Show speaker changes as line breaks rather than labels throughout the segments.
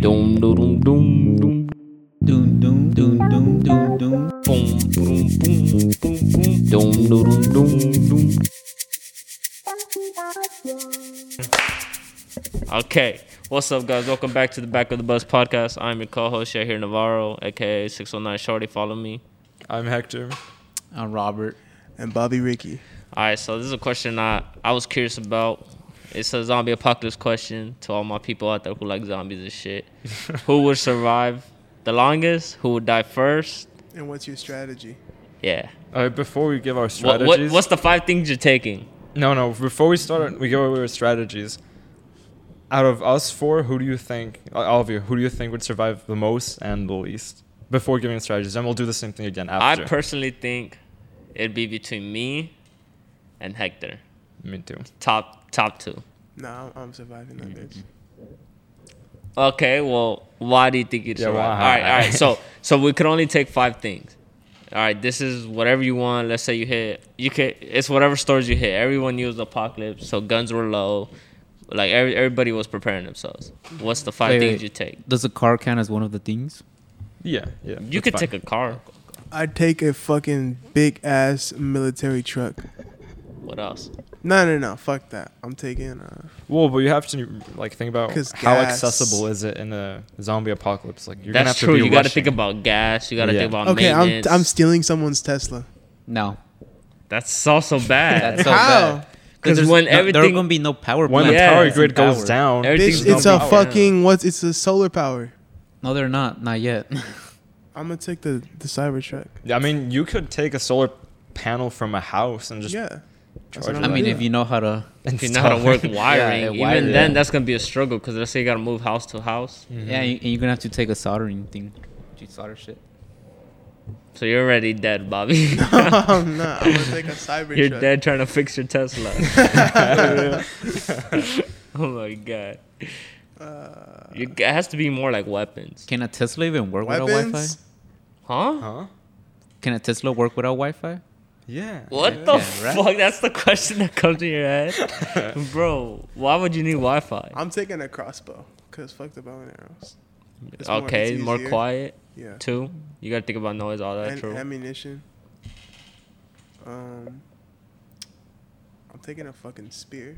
Dum dum dum dum
Doom, doom, doom, doom, doom, doom.
boom boom boom boom boom dum dum dum dum. Okay, what's up, guys? Welcome back to the Back of the Bus podcast. I'm your co-host Shahir Navarro, aka 609 Shorty. Follow me.
I'm Hector.
I'm Robert.
and Bobby Ricky.
All right, so this is a question I I was curious about. It's a zombie apocalypse question to all my people out there who like zombies and shit. who would survive the longest? Who would die first?
And what's your strategy?
Yeah.
All right, before we give our
What,
strategies,
what what's the five things you're taking?
no, no. Before we start, we go over our strategies. Out of us four, who do you think, uh, all of you, who do you think would survive the most and the least? Before giving strategies, and we'll do the same thing again after.
I personally think it'd be between me and Hector.
Me too.
Top top two.
Nah, I'm, I'm surviving on this.
Okay, well, why do you think you'd
Yeah,
survive?
why?
all right, all right. So, so we could only take five things. All right, this is whatever you want. Let's say you hit, you could. It's whatever stores you hit. Everyone used apocalypse, so guns were low. Like every, everybody was preparing themselves. What's the five
Wait,
things
wait.
you take?
Does a car count as one of the things?
Yeah, yeah.
You could take a car.
I'd take a fucking big ass military truck.
What else?
No, no, no. Fuck that. I'm taking. Uh,
Well, but you have to like think about
'Cause
how
gas.
accessible is it in a zombie apocalypse. Like you're gonna have
That's true.
to be
You got to
rushing.
think about gas. You got to
Yeah.
think about
okay, I'm
maintenance.
I'm stealing someone's Tesla.
No.
That's so so bad.
That's so
How?
bad.
Because
there's
when
no- there
everything,
are gonna be no power.
when the
Yeah.
power
It's
grid goes
power.
down.
Everything's
Bitch,
gonna
it's
be
a
power.
fucking what's? It's a solar power.
No, they're not. Not yet.
I'm gonna take the the Cybertruck.
I mean, you could take a solar panel from a house and just
Yeah.
charge
what
it
I'm
I mean,
Yeah.
if you know how to.
if you know how to work
install it.
wiring,
Yeah,
even
wiring.
then that's gonna be a struggle. Because let's say you got to move house to house.
Mm-hmm.
Yeah, you- and you're gonna have to take a soldering thing. You solder shit.
So you're already dead, Bobby.
I'm not. I'm gonna take a Cybertruck.
you're dead trying to fix your Tesla. oh my god.
Uh,
You- it has to be more like weapons,
Can a Tesla even work without Wi-Fi?
Weapons.
huh?
Huh?
Can a Tesla work without Wi-Fi?
Yeah.
What the fuck? That's the question that comes to your head, bro. Why would you need Wi-Fi?
I'm taking a crossbow. Cause fuck the bow and arrows. It's more-
okay,
it's
more,
easier.
quiet
Yeah.
too. You gotta think about noise, all that.
And
true.
ammunition. Um. I'm taking a fucking spear.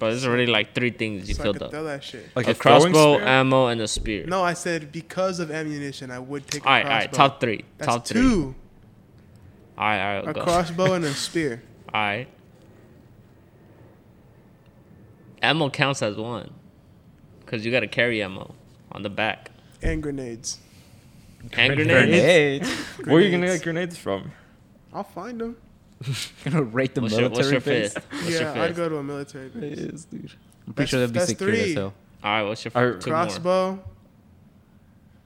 but it's already like three things you
so I
filled
could
up:
throw that shit.
Like
a,
a, throwing
crossbow,
spear?
ammo, and a spear.
No, I said because of ammunition, I would take.
All
a
right, all
crossbow.
right. Top three.
That's
top three.
two.
All right, all right.
A
go.
crossbow and a spear.
All right. Ammo counts as one, cause you gotta carry ammo on the back.
And grenades.
Hand grenades.
Grenades. Where are you gonna
Grenades.
get grenades from?
I'll find them.
Gonna rate the
What's your,
military
what's your
base?
fifth? What's your
yeah, I'd
fifth?
go to a military base.
It is, dude. I'm pretty
That's-
sure that'd be
that's
secure
three.
as hell.
All right, what's your
All right.
two more?
crossbow.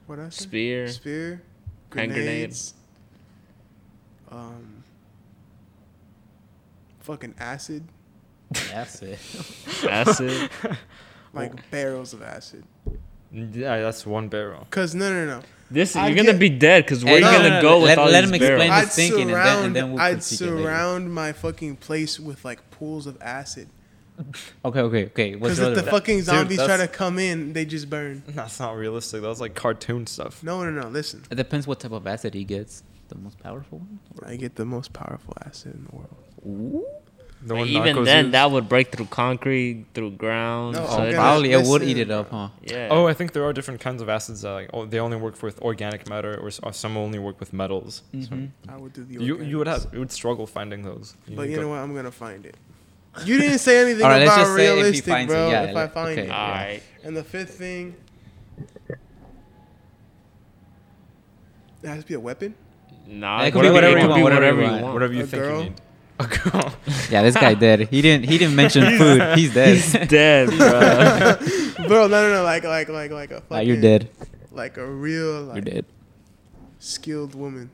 What else?
Spear.
Spear.
Hand grenade.
Grenades. Um. Fucking acid,
That's it.
Acid.
like barrels of acid.
Yeah, that's one barrel.
Cause no, no, no.
This
I'd
you're gonna
get-
be dead, cause where
Hey,
you
no,
gonna
no, no,
go
no,
with
let-
all
let
these
him
barrels?
explain
I'd
his thinking, and then- and
surround.
then we'll
I'd
critique it later.
surround my fucking place with like pools of acid.
Okay, okay, okay. What's
Because
your
if
other
the
one?
fucking
Dude,
zombies try to
that's-
come in, they just burn.
That's not realistic. That's like cartoon stuff.
No, no, no. Listen,
It depends what type of acid he gets. The most powerful one.
I get the most powerful acid in the world.
The
But
one
even
Narcos
then,
used.
that would break through concrete, through ground.
No,
so
I'm
it-
gonna-
Probably it would
listen,
eat it up, huh?
yeah.
Oh, I think there are different kinds of acids that like oh, they only work with organic matter, or, s- or some only work with metals.
Mm-hmm.
Mm-hmm.
I would do the.
So you you would
organics.
have you would struggle finding those.
But
would
you
go-
know what? I'm gonna find it. You didn't say anything
All right, let's
about
just say if he
realistic,
finds it.
bro.
Yeah,
if I
let-
find
okay.
it.
all right.
And the fifth thing. It has to be a weapon.
Nah,
It
it
could
could
be whatever
it
you
could
want,
whatever you want.
Whatever you
A
think
girl?
you need. A girl.
Yeah, this guy dead. He didn't. He didn't mention food. He's dead.
Dead, bro.
bro, no, no, no. Like, like, like, like a. Fucking,
Nah, you're dead.
Like a real,
You're
like,
dead.
skilled woman.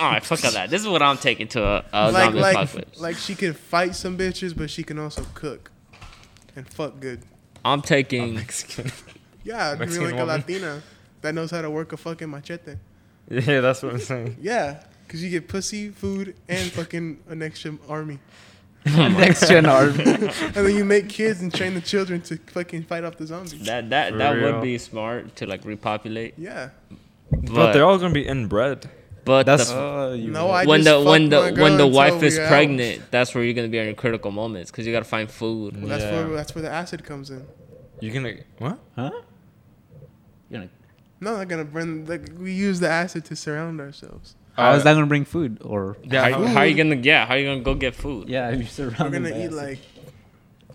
All right, fuck all that. This is what I'm taking to a, a
like,
zombie
like,
apocalypse.
like she can fight some bitches, but she can also cook, and fuck good.
I'm taking.
Mexican.
Yeah, I'd be
Mexican
like a
woman.
Latina that knows how to work a fucking machete.
Yeah, that's what I'm saying.
Yeah, cause you get pussy, food, and fucking an extra army.
An extra arm.
And then you make kids and train the children to fucking fight off the zombies.
That that
For
that
real.
would be smart to like repopulate.
yeah.
But,
But they're all gonna be inbred.
but
That's
the,
No, I
when
just
the when
fucked
the
my girl
when the
until
wife is
we out.
pregnant, that's where you're gonna be on your critical moments because you gotta find food.
Well, that's
Yeah.
where that's where the acid comes in.
You're gonna what?
Huh?
No, they're gonna burn. Like, we use the acid to surround ourselves.
How is
Uh,
that gonna bring food? Or
Yeah,
how, how are you gonna yeah? How are you gonna go get food?
yeah, you're
We're
surrounded.
gonna
by
eat
acid.
like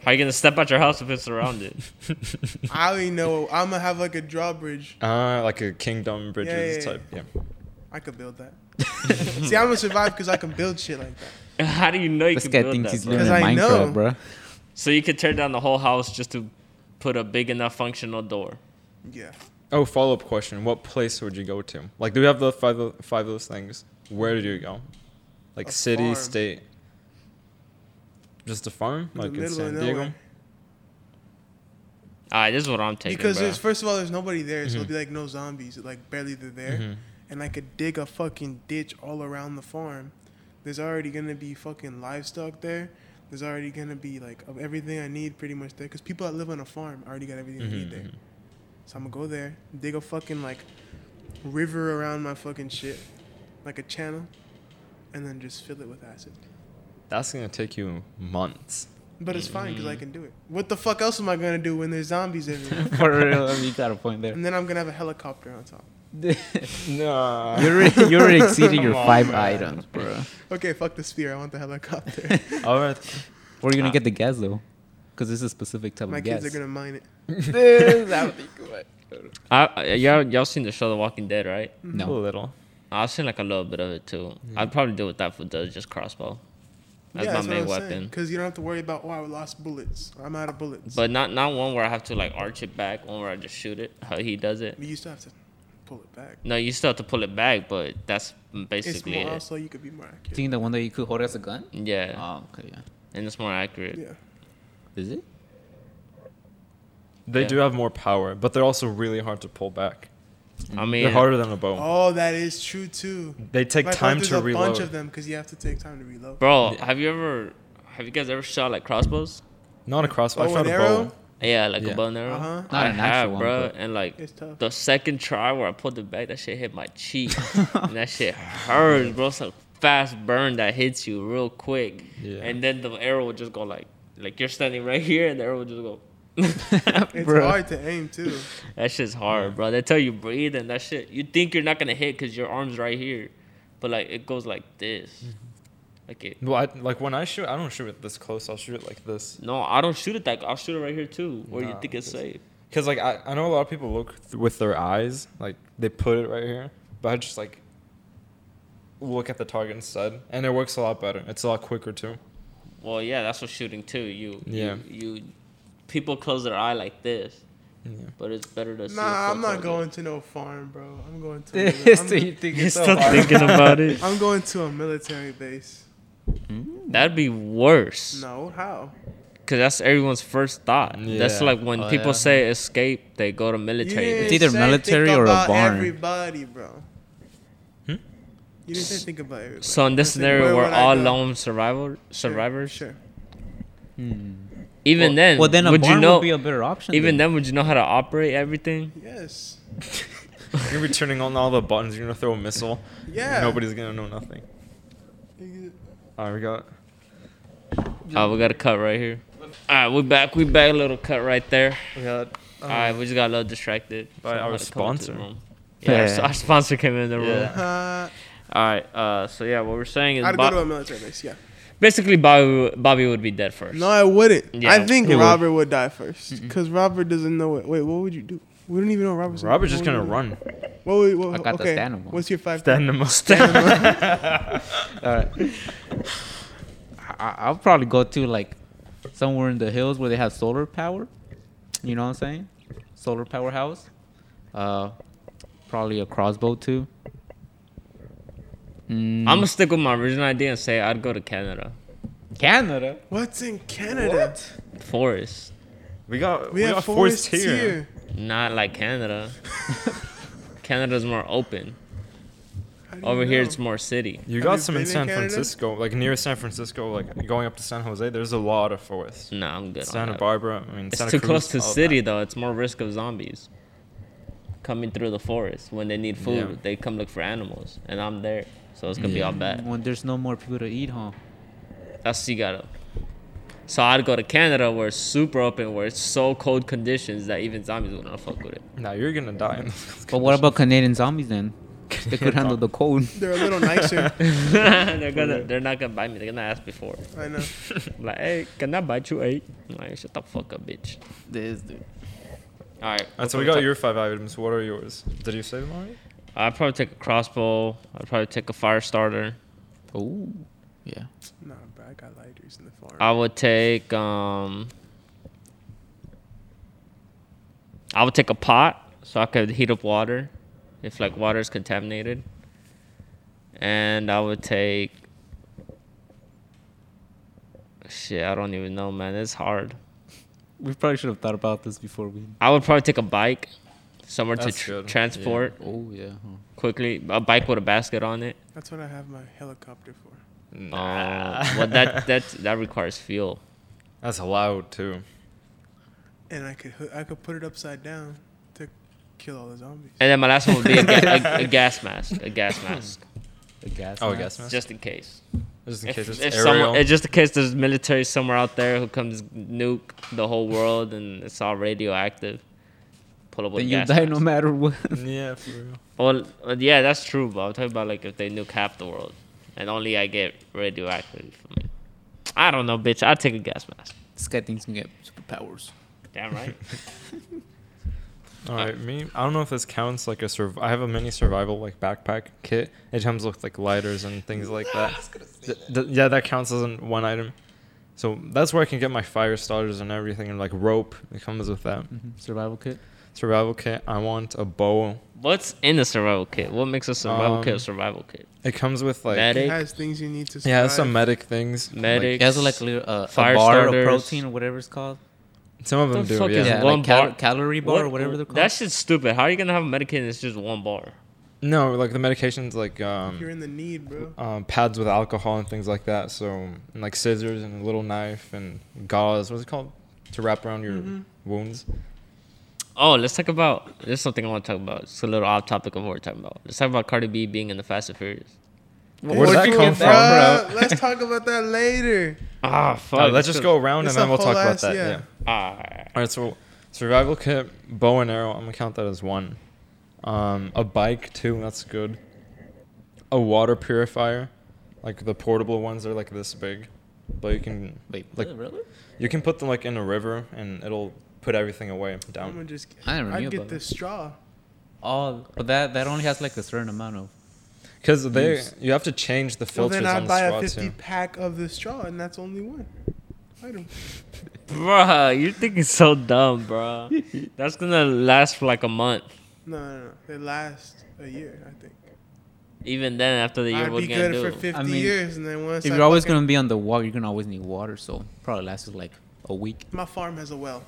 How are you gonna step out your house if it's surrounded?
I already know. I'm gonna have like a drawbridge.
uh, like a kingdom bridges
yeah,
type. Yeah.
I could build that. See, I'm gonna survive because I can build shit like that.
how do you know you
this
can
guy
build
thinks
that?
he's
bro?
living in
'Cause I know.
Minecraft, bro.
So you could tear down the whole house just to put a big enough functional door.
Yeah.
Oh, follow up question: What place would you go to? Like, do we have the five of- five of those things? Where do you go? Like
A
city,
farm.
state. Just a farm,
In
like
the
in
middle of
San Diego.
nowhere.
All right, this is what I'm taking.
Because
bro.
there's first of all, there's nobody there, so
Mhm.
it'll be like no zombies. Like barely they're there,
Mhm.
and I could dig a fucking ditch all around the farm. There's already gonna be fucking livestock there. There's already gonna be like of everything I need pretty much there. Because people that live on a farm already got everything they need
Mhm,
there.
mhm.
So I'm gonna go there, dig a fucking like river around my fucking shit, like a channel, and then just fill it with acid.
That's gonna take you months.
But it's fine because I can do it. What the fuck else am I gonna do when there's zombies everywhere?
For real, I mean, you got a point there.
and then I'm gonna have a helicopter on top.
No.
you're you're exceeding your
Come on,
five
man.
items, bro.
Okay, fuck the spear. I want the helicopter.
All right.
Where are you
Ah.
gonna get the gas though? Because this is a specific type
My
of gas.
kids are gonna mine it.
I, I- y'all y'all seen the show The Walking Dead, right?
A
no,
little.
I've seen like a little bit of it too.
Mm-hmm.
I'd probably do what that food does, just crossbow. That's my main weapon.
Because you don't have to worry about oh I lost bullets. I'm out of bullets.
But not not one where I have to like arch it back, one where I just shoot it. How he does it.
But you still have to pull it back.
No, you still have to pull it back, but that's
It's
basically
more Ah.
it.
also you could be more
I
accurate.
think the one that you could hold as a gun.
Yeah,
Oh, okay, yeah.
and it's more accurate.
Yeah.
Is it?
They
Yeah.
do have more power, but they're also really hard to pull back.
I mean,
They're harder than a bow.
Oh, that is true too.
They take
My
time
there's
to
a bunch
reload.
of them because you have to take time to reload.
bro, have you ever, have you guys ever shot like crossbows?
Not a crossbow.
Bow
I shot
and
a
Oh, arrow?
bow.
Yeah, like
Yeah.
a bow and arrow.
Uh-huh.
Not
I
an actual
have,
one,
bro,
but-
and like
It's tough.
the second try where I pulled it back, that shit hit my cheek, and that shit hurts, bro. It's a fast burn that hits you real quick,
Yeah.
and then the arrow will just go like, like you're standing right here, and the arrow will just go.
It's
Bruh.
hard to aim too.
That shit's hard, bro. They tell you breathe and that shit. You think you're not gonna hit because your arm's right here, but like it goes like this.
Mm-hmm.
Like it.
Well, I, like when I shoot, I don't shoot it this close. I'll shoot it like this.
No, I don't shoot it that. I'll shoot it right here too, where you
Nah,
think it's
this-
safe.
Cause like I, I know a lot of people look th- with their eyes, like they put it right here, but I just like look at the target instead, and it works a lot better. It's a lot quicker too.
Well, yeah, that's what shooting too. You,
Yeah.
You, you people close their eye like this,
Yeah.
but it's better to. see
Nah,
it
I'm
close
not
like
going to no farm, bro. I'm going to. I'm,
so you
go-
think
this.
it's so hard?
about it.
I'm going to a military base.
That'd be worse,
No, how?
cause that's everyone's first thought. That's
Yeah.
like when
Oh,
people
yeah.
say escape, they go to
You
military.
didn't
It's either
say
military
think
or a
about
barn.
Everybody, bro. You didn't say think about everybody.
Hmm? So in this
You said, where
scenario, we're
would I
all
go?
lone survival
Sure,
survivors.
Sure.
Even then,
well, then a
would
barn
you know?
would be a better option.
even
then.
then, would you know how to operate everything?
Yes.
You're gonna be turning on all the buttons. You're gonna throw a missile.
Yeah.
Nobody's gonna know nothing. All right, we got.
Oh, we got a cut right here. All right, we're back. We back. A little cut right there.
We got. um,
All
Uh-huh.
right, we just got a little distracted
By
from
our
how to come into the
sponsor.
room. Yeah, our s-
Yeah.
our sponsor came in the room.
Yeah.
Uh,
All right. Uh, so yeah, what we're saying is
I'd
Bo-
go to a military base. Yeah.
basically Bobby w- Bobby would be dead first.
No, I wouldn't.
Yeah,
I think
he would.
Robert would, die first because Robert doesn't know it. Wait, what would you do? We don't even know Robert's.
Robert's just
what would
gonna
you do?
run.
What would, what,
I got the
okay.
stand him.
What's your five?
I, I'll probably go to like somewhere in the hills where they have solar power. You know what I'm saying? Solar powerhouse. Uh, probably a crossbow too.
I'm
Mm,
gonna stick with my original idea and say I'd go to Canada.
Canada.
What's in Canada?
Forest,
We got.
We,
We,
have
got
forests
forced
here.
here.
not like Canada. Canada's more open.
How do you
Over here,
know?
it's more city.
You
Have
got
you
some in
been in
San
Canada?
Francisco, like near San Francisco, like going up to San Jose. There's a lot of forests.
No, I'm good. on
Santa
that.
Barbara, I mean,
It's
Santa
too
Cruz,
close to
all of
city
that.
though. It's more risk of zombies coming through the forest when they need food.
Yeah.
They come look for animals, and I'm there, so it's gonna be all bad.
When there's no more people to eat, huh?
That's you gotta. So I'd go to Canada where it's super open, where it's so cold conditions that even zombies would not fuck with it.
Now you're gonna die. In
But what about Canadian zombies then? They could
Canadian
handle the cold.
They're a little nicer.
they're gonna, they're not gonna bite me. They're gonna ask before.
I know.
Like, hey, can I bite you? Hey, I'm like shut the fuck up, bitch.
This dude.
All right.
And so we got your five items. What are yours? Did you say them already?
I'd probably take a crossbow. I'd probably take a fire starter.
Oh, yeah.
Nah, bro, I got lighters in the farm.
I would take um I would take a pot so I could heat up water if like water is contaminated. And I would take shit, I don't even know, man. It's hard.
We probably should have thought about this before we.
I would probably take a bike somewhere
That's
to tr-
good.
transport
Oh yeah. Huh.
quickly. A bike with a basket on it.
That's what I have my helicopter for.
Um, well, that that that requires fuel.
That's allowed too.
And I could hoo- I could put it upside down to kill all the zombies.
And then my last one would be a, ga- a, a gas mask. A gas mask,
The gas.
Oh,
mask.
gas mask.
just in case.
Just in
If,
case it's
if
aerial.
someone, it's just in case there's military somewhere out there who comes nuke the whole world and it's all radioactive. Pull up with
Then
a
you
gas
die no
mask.
matter what.
yeah, for real.
Well, uh, yeah, that's true. But I'm talking about like if they nuke half the world and only I get radioactive from it. I don't know, bitch. I'd take a gas mask.
this guy thinks he can get superpowers.
Damn right.
All right, me. I don't know if this counts like a surv. I have a mini survival like backpack kit. It comes with like lighters and things like that. Th- th- yeah, that counts as an- one item. So that's where I can get my fire starters and everything, and like rope. It comes with that
Survival kit.
survival kit. I want a bow.
What's in a survival kit? What makes a survival kit a
Um,
survival kit?
It comes with like
Medic.
It has things you need to survive.
yeah, it has some medic things.
Medic.
It has like a little uh,
Fire
a bar
starters.
of protein or whatever it's called.
Like, some of them
What the
do.
fuck
Yeah.
is
Yeah,
one
like cal-
bar-
calorie bar or whatever they're called.
That shit's stupid. How are you gonna have a medikit and it's just one bar?
No, like the medications like
You're
um,
in the need, bro.
um, pads with alcohol and things like that. So and, like scissors and a little knife and gauze. What's it called? To wrap around your
Mm-hmm.
wounds.
Oh, let's talk about. There's something I want to talk about. It's a little off topic of what we're talking about. Let's talk about Cardi B being in the Fast and Furious.
Where did that
you
come
get
from?
that? Let's talk about that later.
Ah, fuck.
Uh, let's just go around
It's
and then
a
we'll
whole
talk about
ass-
that.
yeah.
Yeah.
Ah,
All right. So survival kit, bow and arrow. I'm gonna count that as one. Um, a bike too. That's good. A water purifier, like the portable ones are like this big, but you can
Wait,
like
really?
you can put them like in a river and it'll put everything away
Um,
I'm gonna
down.
just.
I never knew
I'd get
about
the
it.
straw.
Oh, but that that only has like a certain amount of.
Because they
Use.
you have to change the
Well,
filters
then I
on
buy
the
a
squad
50
too.
pack of the straw, and that's only one. item.
bruh, you're thinking so dumb, bruh. That's gonna last for like a month.
No, no, no. They last a year, I think.
Even then, after the year,
I'd
what
be
you gonna
good
do?
for 50
I mean,
years, and then once
If
I
you're always
fucking-
gonna be on the water, you're gonna always need water. So probably lasts you, like a week.
My farm has a well.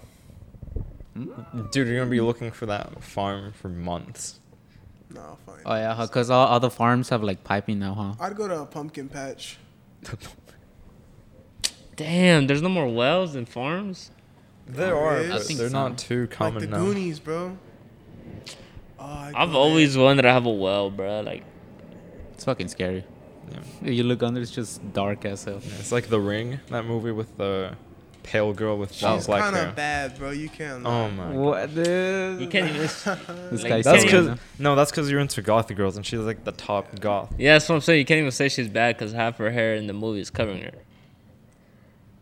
Dude, you're gonna be looking for that farm for months.
No, fine.
Oh yeah, because all all the farms have like piping now, huh?
I'd go to a pumpkin patch.
Damn, there's no more wells and farms.
There
Oh,
are,
really? I
but
think
they're
so.
not too common
like the
now.
Goonies, bro. Oh, I'd go
I've
there.
always wanted to have a well, bruh. Like,
It's fucking scary.
Yeah.
If you look under, it's just dark as hell.
It's like The Ring, that movie with the pale girl with
She's
black
kind
hair.
of bad, bro. You can't.
Oh my.
What the?
you can't even.
This
like,
guy
you
That's
can't even-
said-
because no, that's because you're into gothy girls, and she's like the top goth.
Yeah, that's what I'm saying. You can't even say she's bad because half her hair in the movie is covering her.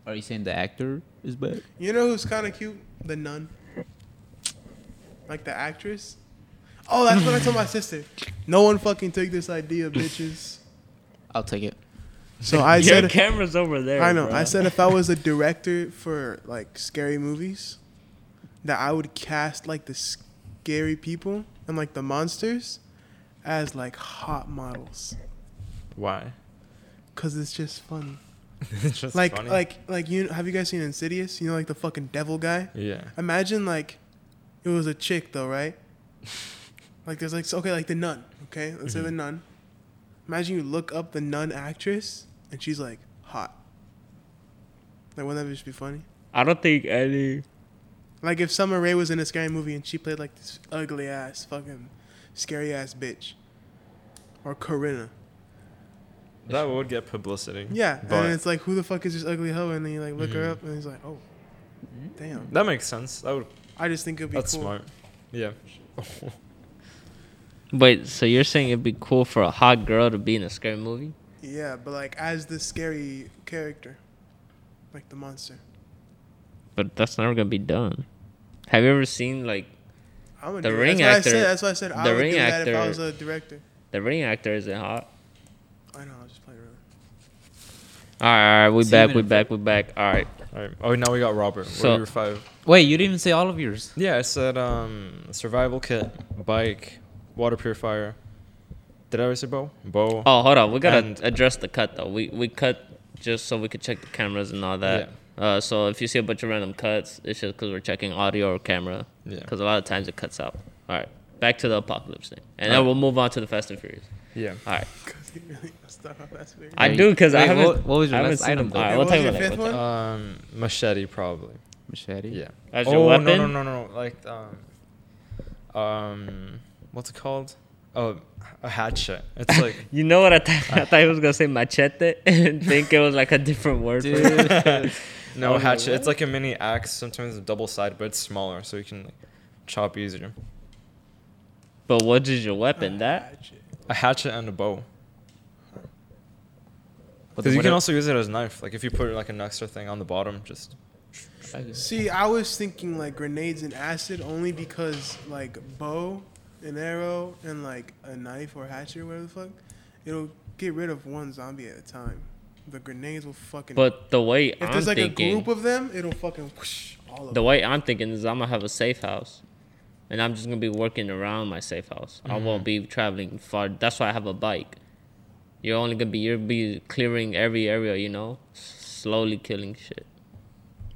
Are you saying the actor is bad?
You know who's kind of cute? The nun. Like the actress. Oh, that's what I told my sister. No one fucking took this idea, bitches.
I'll take it.
So I
Your
said,
camera's over there.
I know. I
bruh.
said if I was a director for like scary movies, that I would cast like the scary people and like the monsters as like hot models,
Why?
cause it's just funny.
it's just
like
funny.
like like you have you guys seen Insidious? You know like the fucking devil guy?
yeah.
Imagine like it was a chick though, right? like there's like so- okay, like the nun, okay? Let's say the nun. Imagine you look up the nun actress and she's like hot. Like, wouldn't that just be funny?
I don't think any.
Like if Summer Rae was in a scary movie and she played like this ugly ass fucking scary ass bitch. Or Corinna.
That would get publicity.
Yeah.
but
and it's like who the fuck is this ugly hoe? And then you like look
Mm-hmm.
her up and he's like, Oh damn.
that makes sense. That would.
I just think it'd be
That's
cool.
smart. Yeah.
Wait, so you're saying it'd be cool for a hot girl to be in a scary movie?
Yeah, but like as the scary character. Like the monster.
But that's never gonna be done. Have you ever seen like
I would
The
do it.
ring
that's
actor-
What I said, that's why I said I
the
would
ring
do that if I
actor-
was a director.
the ring actor isn't hot?
I know, I'll just play around.
All right, all right, we
See,
back,
even
we
if-
back, we back. All right,
All right. Oh, now we got Robert.
So-
So, We're five.
Wait, you didn't even say all of yours.
Yeah, I said um, survival kit, bike, water purifier. Did I already say bow? Bow.
Oh, hold on. We gotta
And-
address the cut though. We we cut just so we could check the cameras and all that. Uh, so if you see a bunch of random cuts, it's just because we're checking audio or camera.
Yeah.
Because a lot of times it cuts out. All right. Back to the apocalypse thing, and
All
then
right.
we'll move on to the Fast and Furious.
Yeah.
All right.
Because he really messed up. That's weird.
I
Wait,
do because I
wait,
haven't.
what- what was your
I haven't
last
seen
item,
them. All right,
though?
Okay,
we'll
what
talk
was
about
your
that.
fifth
We'll talk-
one?
Um, machete probably.
Machete.
Yeah.
As
oh
your weapon.
no no no no no! Like um, um, what's it called? Oh, a hatchet. It's like
You know what I thought? I thought he was gonna say machete and think it was like a different word. For it.
Dude.
no hatchet. It's like a mini axe. Sometimes a double sided, but it's smaller, so you can like, chop easier.
But what is your weapon?
Ah,
That
Hatchet.
A hatchet and a bow.
But
Because you
what
can
if-
also use it as a knife. Like if you put like an extra thing on the bottom, just
See, I was thinking like grenades and acid only because like bow, an arrow, and like a knife or hatchet or whatever the fuck, it'll get rid of one zombie at a time. The grenades will fucking.
but the way
if
I'm
there's like
thinking.
a group of them, it'll fucking whoosh all of
the
them.
way I'm thinking is I'm gonna have a safe house, and I'm just gonna be working around my safe house. I
Mm-hmm.
won't be traveling far. That's why I have a bike. You're only gonna be you'll be clearing every area, you know, s- slowly killing shit.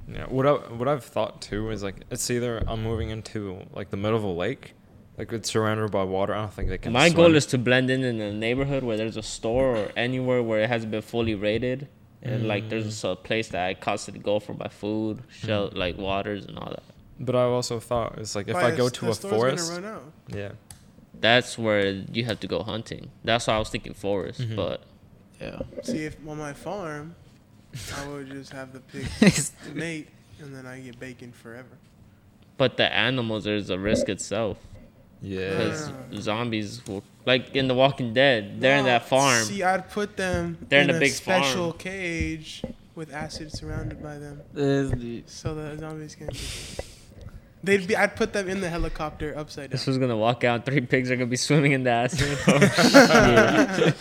Yeah, what I what I've thought too is like it's either I'm moving into like the middle of a lake, like it's surrounded by water. I don't think they can.
My goal
swim.
is to blend in in a neighborhood where there's a store or anywhere where it hasn't been fully rated, and like there's a place that I constantly go for my food, shell, like waters and all that.
But I've also thought it's like if
Why,
I
the
go
s-
to
the
a
store's gonna
forest,
run out.
yeah,
That's where you have to go hunting. That's why I was thinking forest, but
Yeah.
See, if on my farm, I would just have the pig mate, and then I get bacon forever.
but the animals there's a risk itself.
yeah.
Because zombies will, like in The Walking Dead, they're in
No,
that farm.
See, I'd put them
They're in
in,
a
a,
big farm.
special cage with acid surrounded by them, so the zombies can't. Be. They'd be. I'd put them in the helicopter upside
This
down.
was gonna walk out. Three pigs are gonna be swimming in the acid. Like,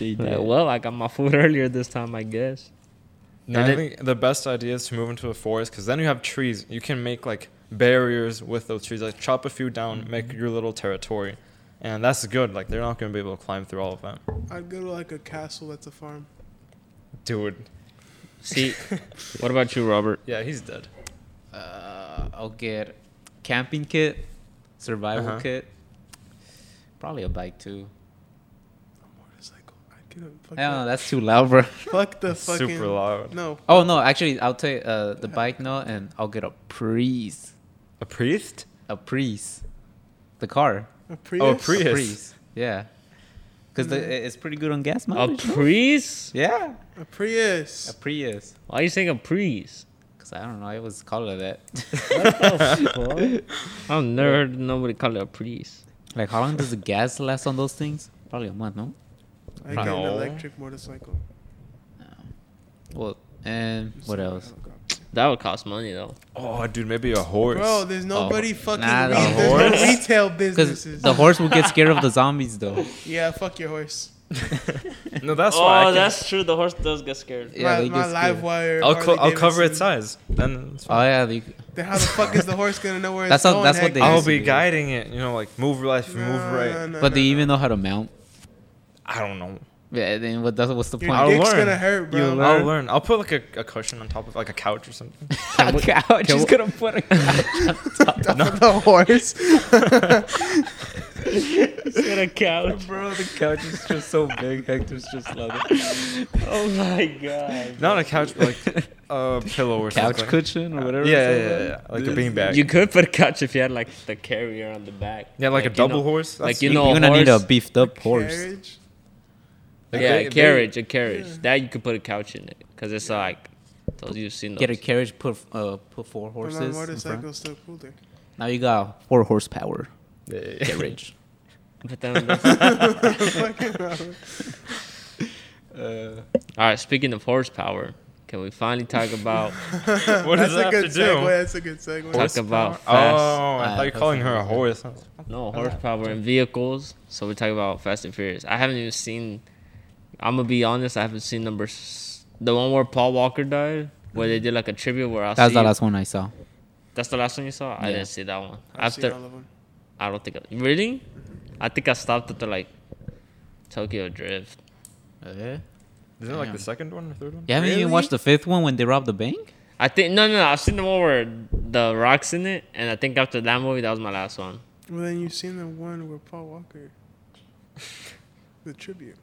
well, I got my food earlier this time, I guess.
No,
And
I
it-
think the best idea is to move into a forest because then you have trees. You can make like barriers with those trees. Like chop a few down,
Mm-hmm.
make your little territory, and that's good. Like they're not gonna be able to climb through all of that,
I'd go to like a castle that's a farm.
dude.
See, what about you, Robert?
Yeah, he's dead.
Uh, I'll get camping kit, survival
Uh-huh.
kit, probably a bike too.
A motorcycle. I'd oh, get a fuck,
I don't know,
that.
that's too loud, bro.
fuck the fucking.
Super loud.
No.
Oh no, actually, I'll take uh, the bike now, and I'll get a Prius,
A priest?
a Prius, the car,
A Prius.
Oh,
a
Prius.
Prius, yeah, because it's pretty good on gas
A
mileage. no?
priest?
yeah,
A
a
Prius.
Prius,
Why are you saying a priest?
because I don't know, I was called it that.
I've never heard nobody call it a priest.
like, how long does the gas last on those things? Probably a month, no?
I'd get an
No.
electric motorcycle.
Well, and what
Instead of a
else?
helicopter.
That would cost money though.
Oh, dude, maybe a horse.
Bro, there's nobody fucking.
Oh. nah,
re-
the
there's no
horse.
retail
Because
businesses.
the horse will get scared of the zombies, though.
Yeah, fuck your horse.
no, that's
Oh,
why. I can-
true. The horse does get scared.
Yeah,
my
they
my
get
live
scared.
wire.
I'll co-
Harley
I'll cover its
Davidson.
eyes. Then it's
Oh
fine.
yeah, they,
Then how the fuck is the horse gonna know where it's
That's how-
going?
that's what
heck?
they
I'll
used to
be
do.
guiding it. You know, like move left,
No,
move right.
no, no,
but
no,
they
no.
even know how to mount.
I don't know.
Yeah, then what? That's what's the
Your
point?
I'll
dick's
learn.
gonna hurt, bro.
You'll learn.
I'll learn. I'll put like a, a cushion on top of like a couch or something.
A couch. She's
we-
gonna put a couch.
the horse.
said a couch.
Bro, the couch is just so big. Hector's just loving.
Oh my god.
Not a couch, but like a pillow or
Couch
something.
cushion or whatever.
Yeah, yeah,
it's
yeah,
called.
yeah, Like a beanbag.
You could put a couch if you had like the carrier on the back.
yeah, like, a
you
double
know-
horse.
like,
That's-
you know-
You're gonna need a
horse.
beefed up horse.
Carriage?
like,
yeah,
they-
a
they-
carriage, a carriage.
Yeah.
That you could put a couch in it, cause it's like those you've seen those.
Get a carriage, put uh, put four
But
horses.
my
in front.
motorcycle's still cooler.
Now you got four horsepower. Get
Yeah.
rich.
Put that on the-
Fucking hell.
All right. Speaking of horsepower, can we finally talk about
what does
That's
that
a
have to
good
do?
segue. That's a good segue.
Talk about
Oh,
fast.
I
Uh,
thought you were calling her a
fast-
horse.
no horsepower in vehicles? So we talk about Fast and Furious. I haven't even seen. I'm gonna be honest. I haven't seen number s- the one where Paul Walker died, where they did like a tribute where I
That's the
you.
last one I saw.
That's the last one you saw. I
Yeah.
didn't see that one.
I've seen
After
all of 'em.
I don't think I, really. I think I stopped at the like Tokyo Drift. Eh?
Yeah.
Isn't it like the
Damn.
second one or third one?
You haven't even
Really?
watched the fifth one when they robbed the bank?
I think no, no, no. I've seen the one where the rocks in it, and I think after that movie, that was my last one.
Well, then you've seen the one where Paul Walker, the tribute.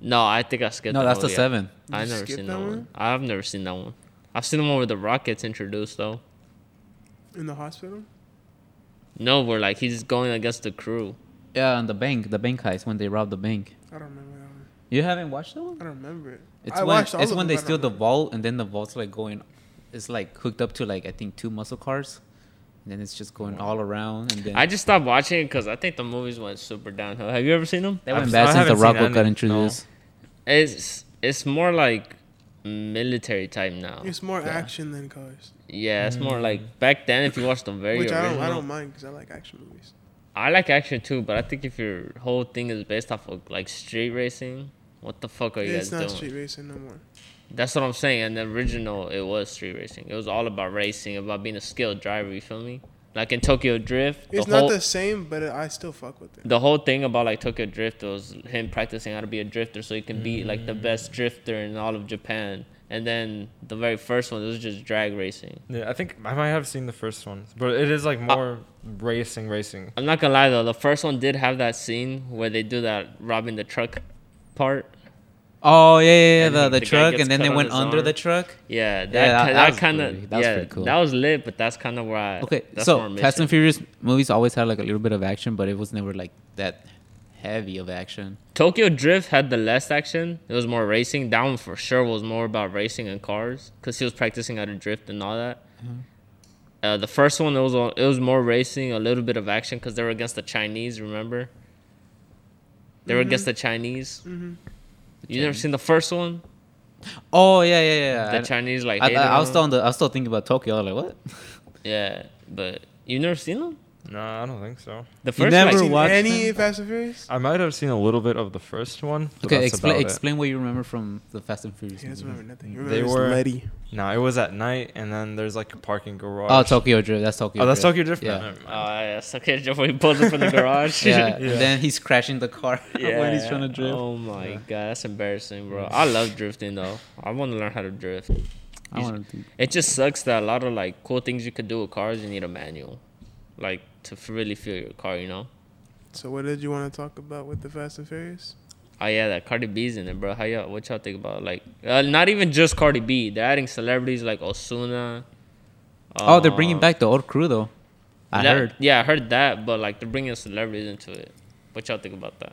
No, I think I skipped.
no,
that
that's the
movie.
seventh.
I
You
never
skipped
seen
that
that one?
one?
I've never seen that one. I've seen the one where the rockets introduced though.
In the hospital?
No, where like he's going against the crew.
Yeah, and the bank, the bank heist when they robbed the bank.
I don't remember that one.
You haven't watched that one?
I don't remember it.
It's
I
when
watched all
it's
of
when
them,
they
I don't
steal the
remember.
vault and then the vault's like going, it's like hooked up to like I think two muscle cars, and then it's just going all around and then
I just stopped watching it because I think the movies went super downhill. Have you ever seen them?
that
I've-
went
I
bad since the
haven't seen
Rockwell got
any-
introduced.
It's it's more like military type now.
It's more action than cars,
Yeah, it's more like back then. If you watch the very
which I
original,
don't. I don't mind because I like action movies.
I like action too, but I think if your whole thing is based off of like street racing, what the fuck are you
It's
guys
not
doing?
street racing no more.
That's what I'm saying. And the original, it was street racing. It was all about racing, about being a skilled driver. You feel me? Like in Tokyo Drift, the
It's
whole
not the same, but I still fuck with it.
the whole thing about like Tokyo Drift was him practicing how to be a drifter, so he can be like
Mm.
the best drifter in all of Japan. And then the very first one it was just drag racing.
Yeah, I think I might have seen the first one, but it is like more racing, racing.
I'm not gonna lie though, the first one did have that scene where they do that robbing the truck part.
Oh yeah, yeah, yeah
And
the,
he-
the,
the guy
truck,
gets
and then
cut
they
on
went
his
under
arm.
the truck.
Yeah, that
that-
ki-
that
that,
was
kind
pretty-
of
that was
yeah,
pretty cool.
that was lit, but that's kind of where I
Okay,
That's where
so
I'm
Fast and
missing.
Furious movies always had like a little bit of action, but it was never like that heavy of action.
Tokyo Drift had the less action. It was more racing. That one for sure was more about racing and cars because he was practicing how to drift and all that.
Mm-hmm.
Uh, the first one it was all- it was more racing, a little bit of action because they were against the Chinese. Remember, they were
Mm-hmm.
against the Chinese. You never
Chinese.
seen the first one?
Oh yeah, yeah, yeah.
The
I-
Chinese like
I,
hated
I, I was
on
still
them?
on the, I was still thinking about Tokyo. I was like, what?
yeah, but you never seen them.
No, I don't think so.
The
You
first
never
like,
Seen
watched
any
them?
Fast and Furious?
I might have seen a little bit of the first one. But
okay,
that's
explain
about it.
explain what you remember from the Fast and Furious.
He doesn't
movies.
remember nothing.
They
He remembers
were-
Letty.
No, it was at night, and then there's like a parking garage.
Oh, Tokyo Drift. That's Tokyo.
Oh, that's
Drift.
Tokyo Drift.
Yeah.
Never mind.
Oh, yeah, so kid just when he pulls up from the garage.
Yeah.
Yeah.
And then he's crashing the car when he's trying to drift.
Oh my god, that's embarrassing, bro. I love drifting though. I want to learn how to drift.
I want to.
It just sucks that a lot of like cool things you could do with cars, you need a manual, like to f- really feel your car. You know?
So what did you want to talk about with the Fast and Furious?
Oh yeah, that Cardi B's in it, bro. How y'all? What y'all think about? Like, uh, not even just Cardi B. They're adding celebrities like Osuna.
Oh, they're bringing back the old crew though. I heard.
Yeah, I heard that, but like they're bringing celebrities into it. What y'all think about that?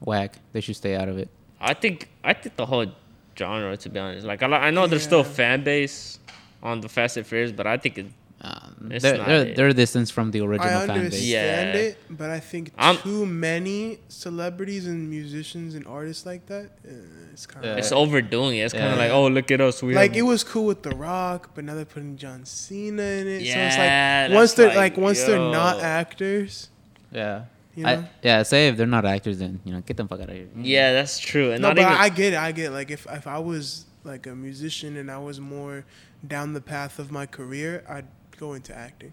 Whack. They should stay out of it.
I think I think the whole genre, to be honest. Like I, li- I know there's still
Yeah.
fan base on the Fast and Furious, but I think it,
Um,
It's
they're,
not
they're,
it.
they're distanced from the original
I
fan base.
understand
Yeah.
it, but I think
I'm-
too many celebrities and musicians and artists like that. Uh, it's kind of
Yeah.
it's overdoing it. It's kind
Yeah.
of like, oh, look at us, we
like
have-
it was cool with The Rock, but now they're putting John Cena in it.
Yeah,
so it's
that's
like once they're
like,
like, once they're
yo.
not actors,
Yeah.
you know.
I, yeah, say if they're not actors, then you know, get them fuck out of here.
yeah, that's true. And
no,
not
but
even
I get it. I get it. like if if I was like a musician and I was more down the path of my career, I'd go into acting.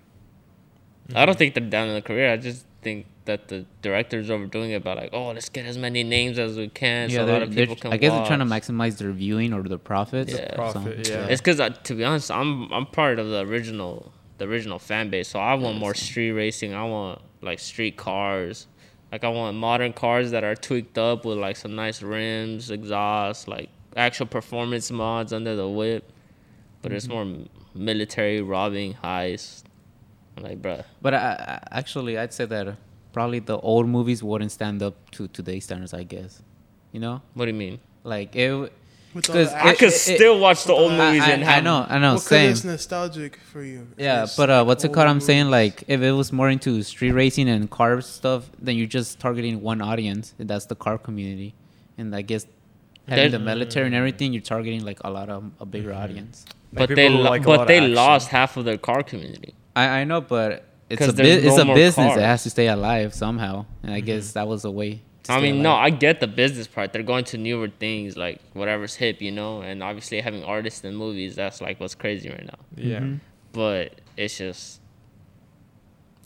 I don't think they're down in the career. I just think that the director's overdoing it by like, oh, let's get as many names as we can,
Yeah,
so a lot
they're,
of
they're,
people can.
I guess
watch.
they're trying to maximize their viewing or their profits.
Yeah.
so-
Profit, yeah.
It's because, to be honest, I'm I'm part of the original the original fan base. So I want more street racing. I want like street cars. Like I want modern cars that are tweaked up with like some nice rims, exhaust, like actual performance mods under the whip. But it's more m- military robbing heist. I'm like, bruh.
But I, I, actually, I'd say that probably the old movies wouldn't stand up to today's standards. I guess, you know,
What do you mean?
like it.
With all
Because
the
I
It-
could
it- it-
still watch the old
I,
movies
I-
and
I
have
know, I know,
Well, 'cause
same.
it's nostalgic for you.
Yeah,
It's
but uh, what's it
old
called? I'm saying
movies.
like if it was more into street racing and car stuff, then you're just targeting one audience, and that's the car community. And I guess having the
That-
military and everything, you're targeting like a lot of a bigger
Mm-hmm.
audience.
But
people
they
who
lo-
like a lot
but
of
they
action.
lost half of their car community.
I, I know, but it's a
'Cause
bu-
there's
it's
no
a
more
business. It
cars. Mm-hmm.
has to stay alive somehow, and I guess that was a way. To
I
stay
mean, no,
alive.
I get the business part. They're going to newer things, like whatever's hip, you know. And obviously, having artists in movies, that's like what's crazy right now.
Yeah.
Mhm.
But it's just,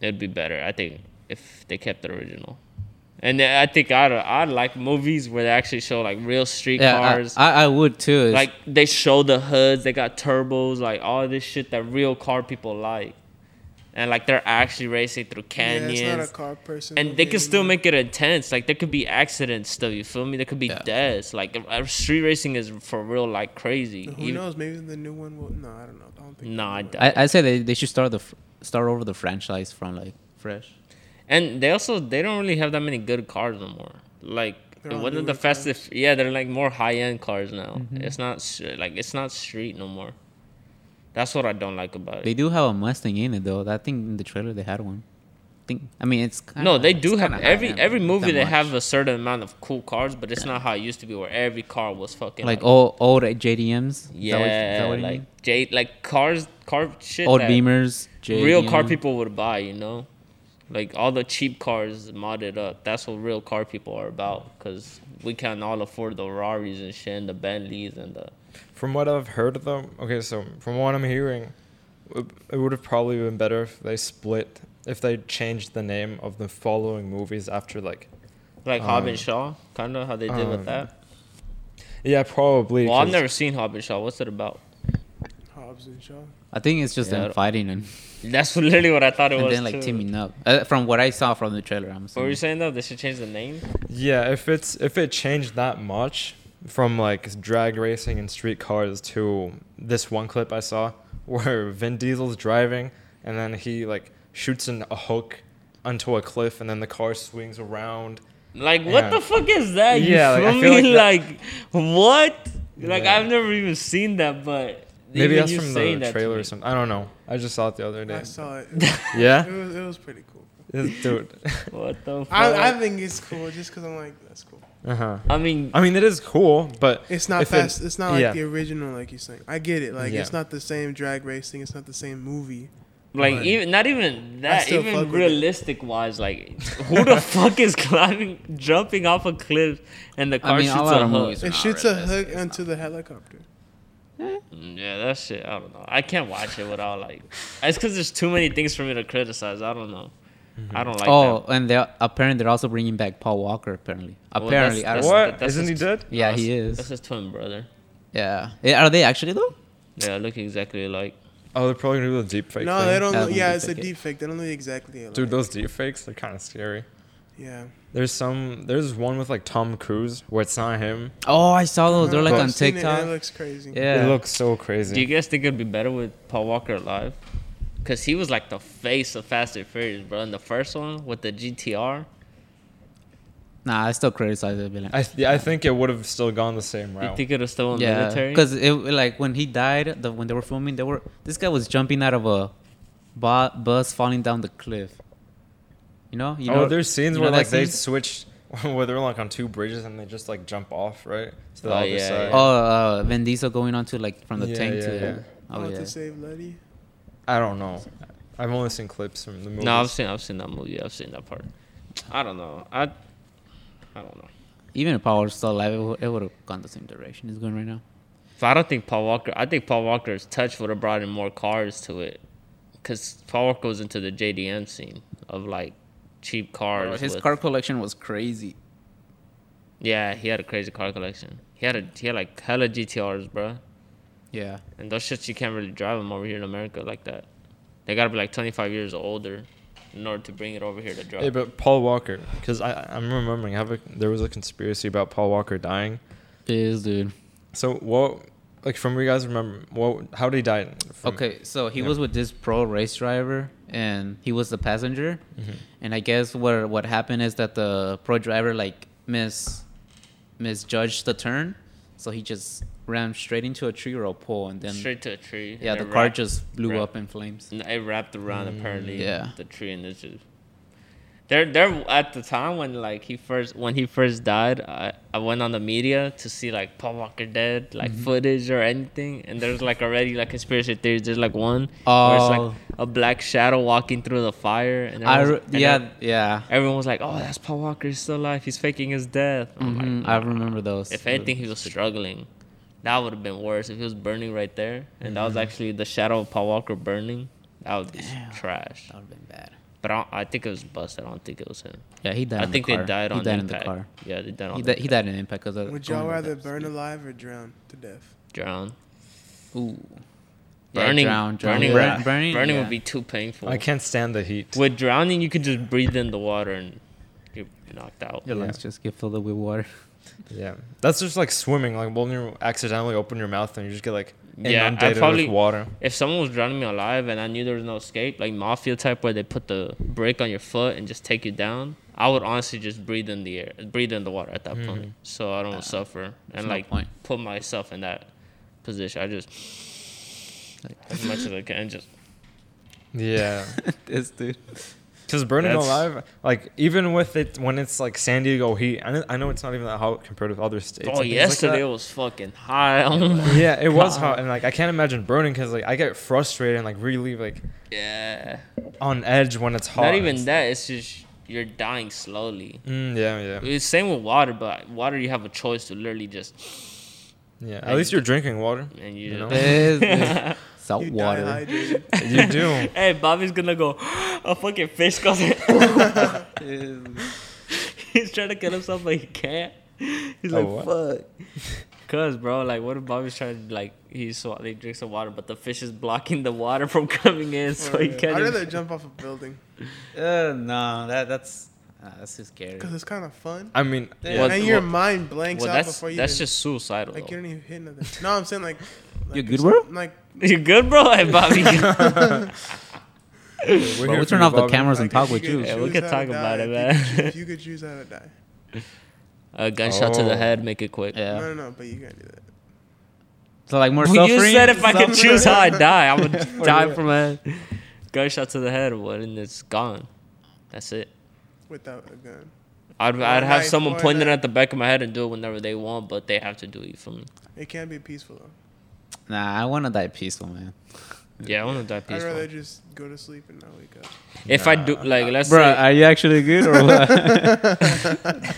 it'd be better, I think, if they kept the original. And then I think I'd I like movies where they actually show like real street
yeah, I-
cars.
I, I would too. It's-
like they show the hoods, they got turbos, like all this shit that real car people like. And like they're actually racing through canyons
Yeah, it's not a car person.
and they can
game,
still
man.
make it intense. Like there could be accidents still. You feel me? There could be
Yeah.
deaths. Like uh, street racing is for real, like crazy.
Who
Even-
knows? Maybe the new one will. No, I don't know. I don't think.
No, I
don't.
doubt-
I, I say they, they should start the fr- start over the franchise from like fresh.
And they also they don't really have that many good cars no more. Like
They're all
one of
newer
the festive, yeah, they're like more high end cars now.
Mm-hmm.
It's not s- like it's not street no more. That's what I don't like about
They
it.
do have a Mustang in it though. I think in the trailer they had one. Think I mean it's kinda,
no, they
it's
do have
kinda
every
high-end,
every
but not
movie
that
they
much.
have a certain amount of cool cars, but it's not how it used to be where every car was fucking
like old old JDMs. Is that what you- is
yeah,
that what you mean?
like J like cars car shit
old
that-
Beamers. JDM.
real car people would buy, you know? Like all the cheap cars modded up. That's what real car people are about because we can all afford the Ferraris and shit and the Bentleys and the.
From what I've heard, though, okay, so from what I'm hearing, w- it would have probably been better if they split, if they changed the name of the following movies after, like,
Like Hob
Um,
and Shaw, kind of how they did
um,
with that.
yeah, probably.
Well, I've
'cause-
never seen Hob and Shaw. What's it about?
Hobbs and Shaw.
I think it's just
Yeah, I
them
don't-
fighting and,
That's literally what I thought it
and
was.
then like
too.
teaming up. Uh, from what I saw from the trailer, I'm
What were you saying
saying.
though? They should change the name.
Yeah, if it's if it changed that much from like drag racing and street cars to this one clip I saw where Vin Diesel's driving and then he like shoots an, a hook onto a cliff and then the car swings around.
Like, what
Yeah.
the fuck is that? You
Yeah, like, I
feel
feel
me?
like
Like, what? Like,
Yeah.
I've never even seen that, but
Maybe
even
that's
you
from
saying that
the
to
trailer
me.
or something. I don't know. I just saw it the other day.
I saw it. It
Yeah,
was, it was pretty cool.
It's- dude.
What the? Fuck?
I, I think it's cool just because I'm like that's cool.
uh huh.
I mean,
I mean, it is cool, but
It's not
If it-
fast. it's not like
yeah.
the original, like you're saying. I get it. Like
Yeah.
it's not the same drag racing. It's not the same movie.
like
Right.
even not even that
still fuck
even
with it.
realistic wise like who the fuck is climbing jumping off a cliff and the car
mean, a
shoots
lot
a
of
hook?
movies- It's
It
not
shoots a
realistic,
hook
it's
onto the helicopter.
Eh,
Mm, yeah that shit i don't know i can't watch it without like it's because there's too many things for me to criticize i don't know i don't like
oh, and they apparently they're also bringing back Paul Walker. Apparently,
Well,
apparently, I
that's-
don't,
that's-
what isn't he dead?
that.
yeah,
No,
he
that's-
is.
that's his twin brother
yeah, Eh, are they actually though?
yeah look exactly like
Oh, they're probably gonna do the deep fake.
no, they don't.
Yeah,
Look,
they
yeah,
deep
it's a
fake it.
deep fake. They don't look exactly alike.
Dude, those deep fakes, they're kind of scary.
yeah.
There's some. There's one with like Tom Cruise where it's not him.
Oh, I saw those. They're like
I've
on
seen it, and It,
TikTok.
looks crazy.
Yeah,
It looks so crazy.
do you guys think it'd be better with paul walker alive because he was like the face of fast and furious bro in the first one with the gtr
Nah, I still criticize it. Be like,
I th- yeah, I think it would have still gone the same
you
route.
think it was still in
yeah,
military
because it like when he died, the, when they were filming, they were this guy was jumping out of a bu- bus falling down the cliff. You know, you
oh,
know,
there's scenes
you
where
know that
like they
scene?
switch, where they're like on two bridges and they just like jump off, right? To the
Oh,
other
yeah,
side.
Oh, uh, Vin Diesel going on to like from the
Yeah,
tank
yeah,
to.
yeah.
I
Oh
want
yeah.
to save Letty.
I don't know. I've only seen clips from the movie.
No, I've seen I've seen that movie. I've seen that part. I don't know. I I don't know.
Even if Paul was still alive, it, w- it would have gone the same direction it's going right now.
So I don't think Paul Walker. I think Paul Walker's touch would have brought in more cars to it, because Paul Walker was into the JDM scene of like cheap cars.
Bro, his
with-
car collection was crazy.
Yeah, he had a crazy car collection. He had a he had like hella GTRs, bro.
Yeah.
And those shits you can't really drive them over here in America like that. They gotta be like 25 years or older in order to bring it over here to drug.
Hey, but Paul Walker, because I I'm remembering, I have a, there was a conspiracy about Paul Walker dying.
Is dude.
So what, like from what you guys remember, what how did he die? From-
Okay, so he
Yeah.
was with this pro race driver, and he was the passenger.
Mm-hmm.
And I guess what what happened is that the pro driver like mis misjudged the turn, so he just ran straight into a tree or a pole, and then
Straight to a tree.
yeah,
and
the
it
car
wrapped-
just blew
wrap-
up in flames.
and It wrapped around apparently
Mm, Yeah.
the tree and it's just. There, there at the time when like he first when he first died, I, I went on the media to see like Paul Walker dead like
Mm-hmm.
footage or anything, and there's like already like conspiracy theories. There's like one where it's
Oh.
like a black shadow walking through the fire, and
I
everyone's- and
re- yeah
ev-
yeah.
everyone was like, "Oh, that's Paul Walker. He's still alive. He's faking his death." I'm like,
Mhm,
"Nah."
I remember those.
Oh If anything, he was struggling. That would have been worse if he was burning right there, and that was actually the shadow of Paul Walker burning. That was
Mm-hmm. Damn.
trash.
that would have been bad.
But I, don't, I think it was Bust. I don't think it was him.
Yeah, he died.
I
in
think
the
they
car.
died
He
on
died in the
impact.
car.
Yeah, they died on.
He, di- he
impact.
died in impact because of.
Would
going
y'all
with
rather
that
burn
speed.
alive or drown to death?
Drown.
Ooh.
Burning,
drown, drown.
burning,
Yeah.
would,
Burning,
burning,
yeah.
would be too painful.
I can't stand the heat.
With drowning, you could just breathe in the water and get knocked out.
Your
Yeah.
lungs just get filled up with water.
Yeah, that's just like swimming. Like when you accidentally open your mouth and you just get like
Yeah, I
inundated
probably-
with water.
If someone was drowning me alive and I knew there was no escape, like mafia type where they put the brick on your foot and just take you down, I would honestly just breathe in the air, breathe in the water at that
Mm-hmm.
point, so I don't suffer and
no
like
point.
put myself in that position. I just as much as I can, just
Yeah,
this dude.
because burning
That's-
alive, like even with it when it's like San Diego heat, I, I know it's not even that hot compared to other states. and
oh,
things like
yesterday
that.
was fucking high.
yeah, it was hot, and like I can't imagine burning because like I get frustrated and like really like
yeah.
on edge when it's hot.
Not even that. It's just you're dying slowly.
Mm, yeah, yeah,
It's same with water, but water you have a choice to literally just
yeah. At least you're drinking water.
and you,
You know?
just-
This dude. Salt
You
water.
dehydrated.
you do.
Hey, Bobby's gonna go. A fucking fish goes. He's trying to kill himself, but he can't. He's
Oh,
like, fuck. Cause, bro, like, what if Bobby's trying to like he sw- he drinks some water, but the fish is blocking the water from coming in, so he
I'd
can't.
rather
even-
jump off a building
Uh, no, that that's uh, that's too scary.
because it's kind of fun.
I mean, yeah.
Well,
and
th-
your
well-
mind blanks
Well,
out
that's
before you.
that's
even-
just suicidal.
like you
though.
don't even hit nothing. No, I'm saying like. like
You good,
it's-
bro?
Like
you good, bro? Hey, Bobby.
we're
But
here
we'll
for
turn
you,
off the
Bobby.
cameras and
like,
talk
if
with
you
you.
could
Yeah, we
choose
could
how to
talk about
die,
it,
if you could
man.
choose- If you could choose how to die.
a gunshot to
Oh.
the head, make it quick.
Yeah.
No, no, no, but you can't do that.
So like more
Well,
suffering.
you said if I could
suffering?
choose how I die, I would die
yeah.
from a gunshot to the head, what, and it's gone. That's it.
Without a gun.
I'd,
Or
I'd have
knife
someone
or
pointing
knife.
at the back of my head and do it whenever they want, but they have to do it for me.
It can be peaceful though.
Nah, I want to die peaceful, man.
Yeah, I want to die
I'd
peaceful.
rather just go to sleep and not wake up.
If I do, like, let's
Bro,
say
are you actually good or what?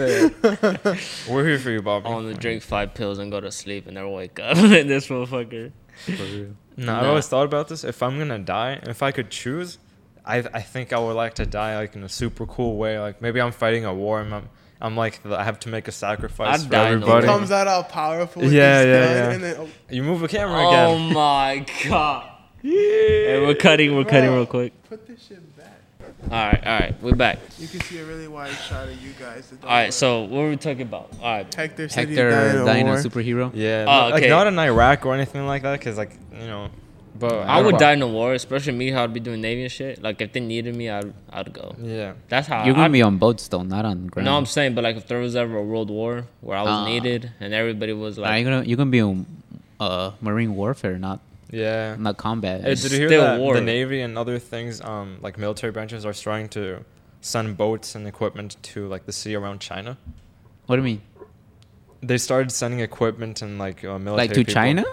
We're here for you, Bobby.
I want to drink five pills and go to sleep and then wake up, and this motherfucker.
No, I've
Nah.
always thought about this. If I'm gonna die, if I could choose, I I think I would like to die like in a super cool way. Like maybe I'm fighting a war and I'm I'm like I have to make a sacrifice
I'd
for
die in a
everybody.
war.
Comes out all powerful. With
Yeah,
yeah,
yeah,
yeah,
yeah.
And then, oh,
You move the camera
Oh
again.
my god. Hey, we're cutting, we're cutting
Bro.
real quick.
put this shit back.
All right, all right, we're back.
You can see a really wide shot of you guys. that don't
All right,
work.
so what were we talking about? All right,
Hector said he died
Hector
in
dying a
war.
superhero.
Yeah,
Oh,
no- like
okay.
not in Iraq or anything like that, because like you know. But
I
don't
would
know.
die in a war, especially me. How I'd be doing navy and shit. Like if they needed me, I'd I'd go.
Yeah.
That's how
You're
I'd
gonna be on boats though, not on ground.
No, I'm saying, but like if there was ever a world war where I was
Ah.
needed and everybody was
Nah,
like,
you're gonna you're gonna be on uh, marine warfare, not
Yeah.
not combat.
Hey,
It's
did you hear
still
that
war.
the Navy and other things, um, like military branches, are starting to send boats and equipment to like the sea around China?
what do you mean?
They started sending equipment and like uh, military.
Like to
people.
China?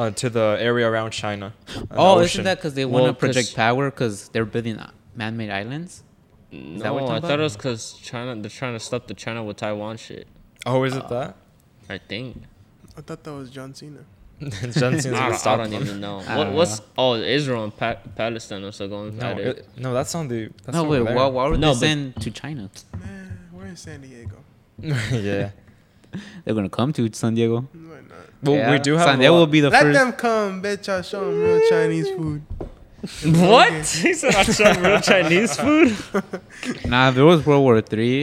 uh, to the area around China. and the
Oh,
ocean.
isn't that because they
Well,
want to
'cause-
project power because they're building uh, man-made islands? that
no,
what
I
you're talking
thought
about?
it was because China, they're trying to stop the China with Taiwan shit.
Oh, is it that?
I think.
I thought that was John Cena.
John Cena's
I,
gonna
don't- I
stop
don't
them.
even know.
I
What,
don't
what's oh Israel and pa- Palestine also going
No,
at it.
it- no, that's on the. That's
no,
over
wait.
there.
Why, why would
No,
they
but-
send to China?
Man, we're in San Diego.
yeah.
They're gonna come to San Diego.
Why not?
Well,
Yeah.
we do have.
San
a
Diego
lot-
will be the
Let
first.
them come, bitch. I'll show them real Chinese food.
What? He said I shot real Chinese food.
Nah, if there was World War Three,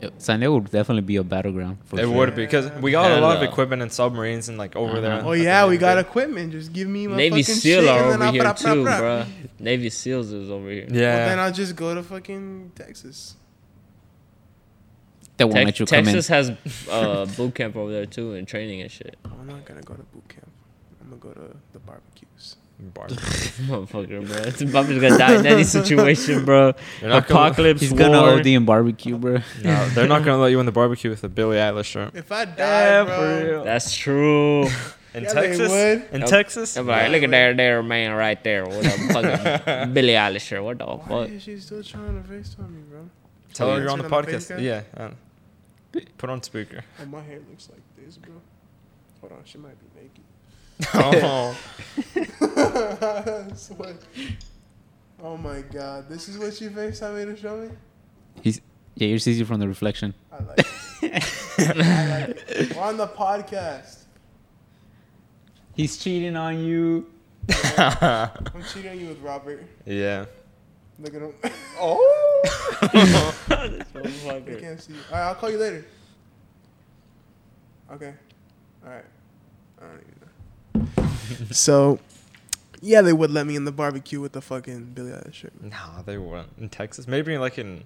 it- San Diego would definitely be a battleground. For
It
sure.
would be because we got a
Hell
lot of
no.
equipment and submarines and like over there.
Oh
at the
yeah, we
Navy.
got equipment. Just give me my
Navy
fucking
SEAL
shit,
are
and then
over
I'll
here
pra- pra-
too,
pra.
bro. Navy SEALs is over here.
Yeah.
Well, then I'll just go to fucking Texas.
That won't
Tex-
let you come
Texas has uh, boot camp over there too and training and shit.
I'm not gonna go to boot camp. I'm gonna go to the barbecues.
Barbie.
Motherfucker, bro. This Bobby's gonna die in any situation, bro.
You're not gonna-
in.
Apocalypse
He's gonna
war.
OD in barbecue, bro.
No, they're not gonna let you in the barbecue with a Billie Eilish shirt.
If I die,
Yeah,
bro,
for real.
That's true.
In
Yeah, they
Texas,
would.
in
Yep.
Texas,
I'm like, look at that there man right there with a fucking Billy Eilish shirt. What the
why
Oh, fuck?
is she still trying to FaceTime me, bro?
tell
Oh,
her
yeah.
you're on the
Turn on the face
podcast.
cam?
Yeah, uh, put on speaker.
Oh, my hair looks like this, bro. Hold on, she might be naked.
oh,
So what- oh my god, this is what she FaceTime me to show me?
He's yeah, you sees you from the reflection.
I like it. I like it. We're on the podcast.
He's cheating on you.
I'm cheating on you with Robert.
yeah.
Look at him.
Oh.
This
I
motherfucker.
can't see. All right, I'll call you later. Okay. All right. I don't even know. so, yeah, they would let me in the barbecue with the fucking Billy Eilish shirt.
no, they wouldn't in Texas. Maybe like in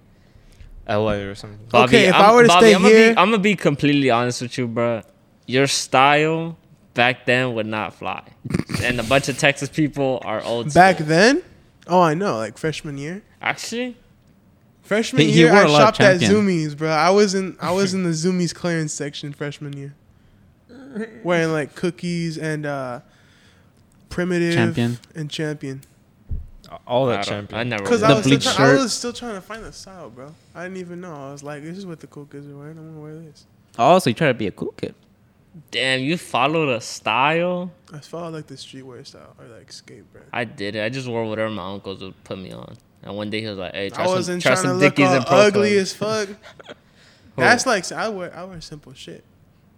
L.A. or something.
Bobby,
Okay, if
I'm,
I were to
Bobby,
stay
I'm
here-
gonna be, I'm gonna be completely honest with you, bro. Your style back then would not fly, and a bunch of Texas people are old.
Back
school.
then? Oh, I know. Like freshman year.
actually,
Freshman
He- he
year,
wore
I
a lot of
shopped at
champion.
Zoomies, bro. I was in I was in the Zoomies clearance section freshman year, wearing like cookies and uh primitive
Champion.
and champion.
All
I
that
don't- I
champion.
never.
Because
wore
The
I
that.
was
bleach
still try- I
shirt.
was still trying to find the style, bro. I didn't even know. I was like, this is what the cool kids are wearing. I'm gonna wear this.
Also, you try to be a cool kid.
Damn, you followed a style.
I followed like the streetwear style or like skate brand.
I did it. I just wore whatever my uncles would put me on. And one day he was like, "Hey, try
I
some,
wasn't
try
trying
some
to look
Dickies
all
and Pro
ugly
Clubs."
as fuck. That's like I wear I wear simple shit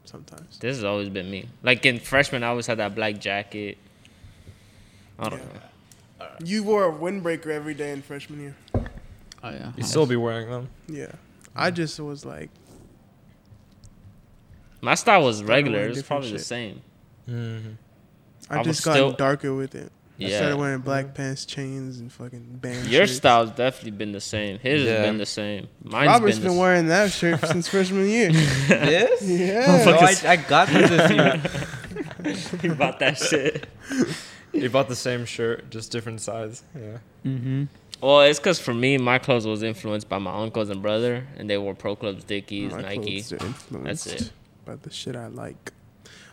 sometimes.
This has always been me. Like in freshman, I always had that black jacket. I don't
Yeah.
know.
You wore a windbreaker every day in freshman year.
Oh yeah.
You still be wearing them.
Yeah. I just was like,
My style was regular. It was
different
probably the
shit.
same. I
I,
was
just got
still-
darker with it. I
Yeah.
started wearing black pants, chains, and fucking band.
Your
shirts.
style's definitely been the same. His
Yeah.
has been the same. Mine's
Robert's
been,
been
the
wearing that shirt since freshman year.
This?
Yeah.
No, I, I got this this year.
same. he bought that shit.
You bought the same shirt, just different size. Yeah.
mm-hmm.
Well, it's because for me, my clothes was influenced by my uncles and brother, and they wore Pro Clubs, Dickies,
My
Nike.
clothes are influenced
That's it.
By the shit I like.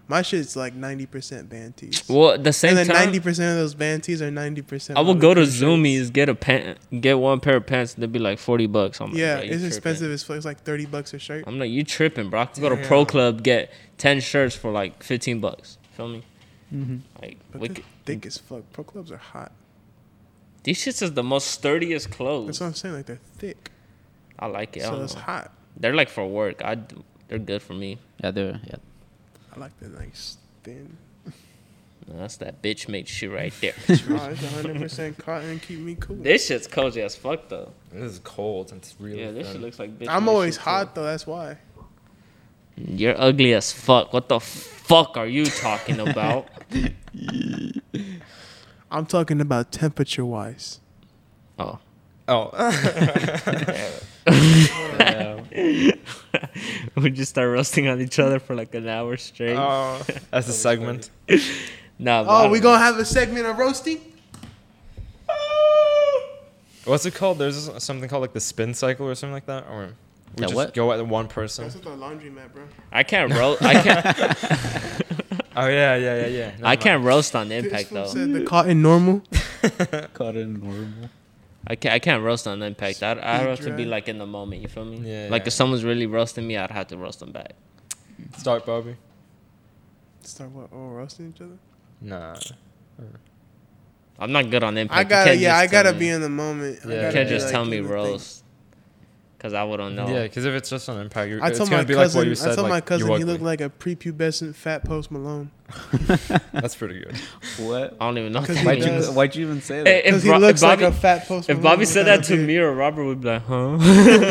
My shit's like 90% band tees.
Well, at the same
and then
time,
90% of those band tees are 90%.
I will
other
go to
t-shirts.
Zoomies, get a pant, get one pair of pants, and they'd be like forty bucks. I'm like,
Yeah,
"Bro, you
it's
tripping."
expensive as fuck. It's like 30 bucks a shirt.
I'm like, you tripping, bro? I could go to Pro Club, get ten shirts for like fifteen bucks. Feel me?
mm-hmm.
Like,
But
we
they're
c-
thick as fuck. Pro clubs are hot.
these shits is the most sturdiest
That's
clothes.
what I'm saying. Like they're thick.
I like it. I
so
don't
it's
know.
hot.
They're like for work. I d- they're good for me.
Yeah, they're yeah.
I like the nice thin.
No, That's that bitch mate shit right there.
Oh, it's 100% cotton. Keep me cool.
this shit's cozy as fuck though.
This is cold. and It's really.
Yeah, this shit looks like bitch.
I'm
mate
always
shit, too.
hot though. That's why.
You're ugly as fuck. What the fuck are you talking about?
I'm talking about temperature wise.
oh.
Oh.
we just start roasting on each other for like an hour straight.
Oh, that's a segment.
nah, but I
Uh, Oh,
don't
we
know.
gonna have a segment of roasting.
What's it called? There's this- something called like the spin cycle or something like that, or we
The
just
what?
go at one person.
at the laundromat, bro.
I can't roast. I can't.
Oh yeah, yeah, yeah, yeah.
I can't roast on
This
impact
fool
though.
said the cotton normal.
Caught in normal.
I can't. I can't roast on impact. I I
Speed
have to be
drag.
like in the moment. You feel me?
Yeah,
Like
yeah.
if someone's really roasting me, I'd have to roast them back.
Start Bobby.
Start what? Oh, roasting each other.
Nah.
I'm not good on impact.
I
You
gotta,
can't
yeah,
just
I
tell
gotta
me.
be in the moment. I
Yeah.
gotta
You can't
be,
just
like,
tell
in
me
the thing.
roast. because I wouldn't know.
Yeah, because if it's just an impact, you're,
I
it's
told
gonna
my
be
cousin.
like what you said.
I told
like,
my cousin
you
he looked like a prepubescent fat Post Malone
that's pretty good.
What?
I don't even know. what
'Cause
that
he
Why'd
means.
you,
does.
why'd you even say
Hey,
that?
If,
because he
Ro-
looks
if Bobby,
like a fat Post Malone.
if Bobby said that to
without
me
a beard.
or Robert, would be like, huh? I'd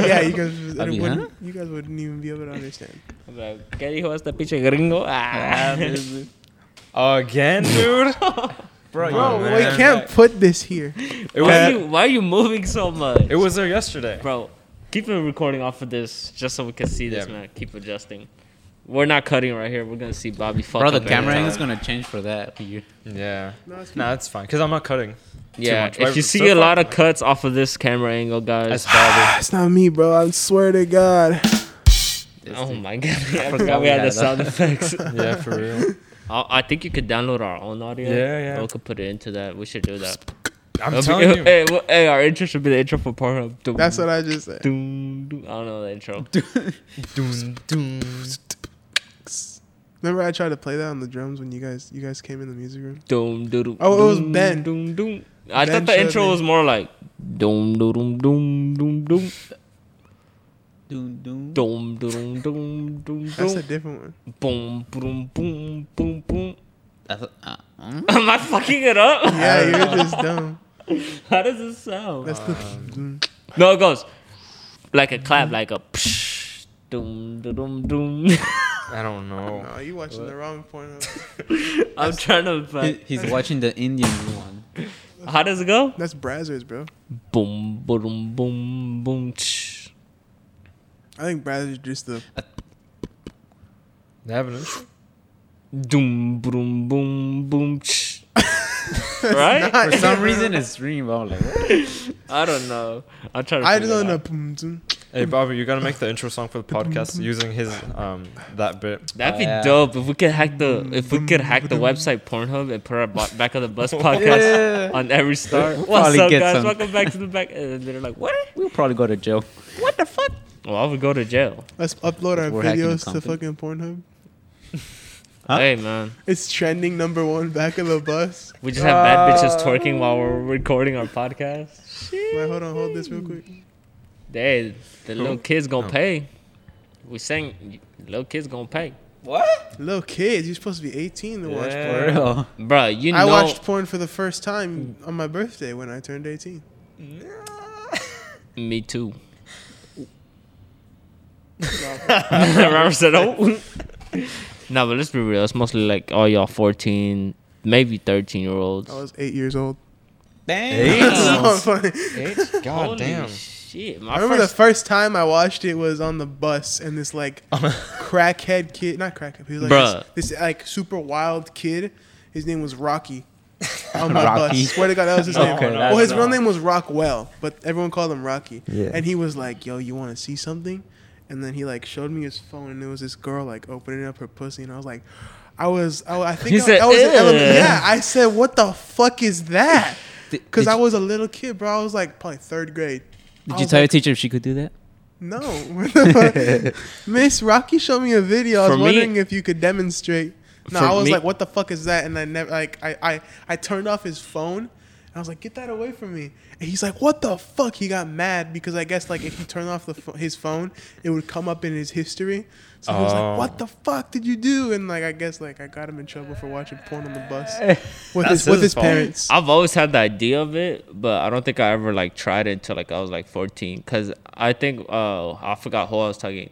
yeah, you guys, it
I'd be,
wouldn't,
huh?
you guys wouldn't even be able to understand.
be like, ¿Qué dijo este pinche gringo? Ah.
Again, dude.
Bro,
Come on,
Bro,
man.
we can't put this here.
It
why, are
was,
you, why are you moving so much?
it was there yesterday.
Bro, keep the recording off of this just so we can see this,
Yeah.
man. Keep adjusting. We're not cutting right here. We're gonna see Bobby fuck
Bro, the
up every
camera
time.
angle's gonna change for that. For you.
Yeah.
No, it's
Nah, it's fine. Cause I'm not cutting.
Yeah,
much.
if
Why-
you
so
see a
far-
lot of cuts off of this camera angle, guys.
That's Bobby.
It's not me, bro. I swear to God.
Oh my god, I forgot we had the sound
that.
effects.
yeah, for real.
I I think you could download our own audio.
Yeah, yeah.
We could put it into that. We should do that.
I'm
It'll be-
telling you.
Hey, well, hey, our intro should be the intro for Pornhub. Doom,
That's what I just said.
doom, doom. I don't know the intro.
Doom, doom.
Remember, I tried to play that on the drums when you guys you guys came in the music room.
Doom, doom, doom.
Oh, it was
doom,
Ben.
Doom, doom. I
Ben
thought the
showed
intro
me.
was more like doom, doom, doom, doom, doom,
Doom, doom.
doom, doom, doom, doom,
That's a
doom,
different one.
boom, boom, boom, boom, boom.
That's, uh, mm.
Am I fucking it up?
Yeah, you're just dumb.
How does it sound?
That's the.
No, it goes like a clap, like a psh, doom, doom, doom.
I don't know.
No, you watching the wrong porno.
I'm trying to.
He,
Find,
he's watching the Indian one.
how does it go?
That's Brazzers, bro.
Boom, boom, boom, boom. Tsh.
I think Brazzers just the.
They have an intro?
Doom, boom, boom, boom. Tsh. right?
For some reason, it's dream. I'm like, what?
I don't know. I'm trying to.
I
figure
just
it
don't know.
out.
boom, zoom.
Hey Bobby, you gotta make the intro song for the podcast using his um that bit.
That'd be
Oh, yeah.
dope if we could hack the if we could hack the website Pornhub and put our bo- back of the bus podcast on every star. What's
Probably
up,
get
guys?
some.
Welcome back to the back. And they're like, what?
We'll probably go to jail.
What the fuck? Well, I would go to jail.
Let's upload our
We're hacking the
videos to
company.
fucking Pornhub.
Huh?
Hey, man.
It's trending number one back of the bus.
We just have bad bitches twerking while we're recording our podcast.
Wait, hold on, hold this real quick.
Hey, the little kids gonna
Oh.
pay. We saying little kids gonna pay,
What?
Little kids, you're supposed to be 18 to watch
For
porn.
real.
bro. You know,
I watched porn for the first time on my birthday when I turned 18.
me too.
Nah,
Robert said, "Oh." no, but let's be real. It's mostly like all y'all fourteen, maybe thirteen year olds.
I was eight years old.
Damn.
No, I'm funny.
Eight? God
Oh,
Holy
damn.
shit!
I
My
remember
first
the first time I watched it was on the bus, and this like
Um,
crackhead kid, not crackhead, he was like
Bruh.
this, this like super wild kid. His name was Rocky. On my
Rocky.
bus, swear to God, that was his
Okay,
name.
that's
Well, his real
not-
name was Rockwell, but everyone called him Rocky.
Yeah.
And he was like, "Yo, you want to see something?" And then he like showed me his phone, and there was this girl like opening up her pussy, and I was like, "I was, I, I think
He
I,
said,
I was in
"Ew."
elementary- Yeah, I said, "What the fuck is that?"
Did-
Because
did
I
you-
was a little kid, bro. I was like probably third grade. I
Did you
was
tell your
like,
teacher if she could do that?
No. What the fuck? Miss Rocky showed me a video. I was
For me-
wondering if you could demonstrate. No,
For
I was
me-
like, what the fuck is that? And I never like I, I I turned off his phone. And I was like, get that away from me. And he's like, what the fuck? He got mad because I guess like if you turn off the pho- his phone, it would come up in his history. So he was
Oh.
like, what the fuck did you do? And like I guess like I got him in trouble for watching porn on the bus with
That's
his, with
his
his
fault.
parents.
I've always had the idea of it, but I don't think I ever like tried it until like I was like 14. Cause I think uh I forgot who I was talking.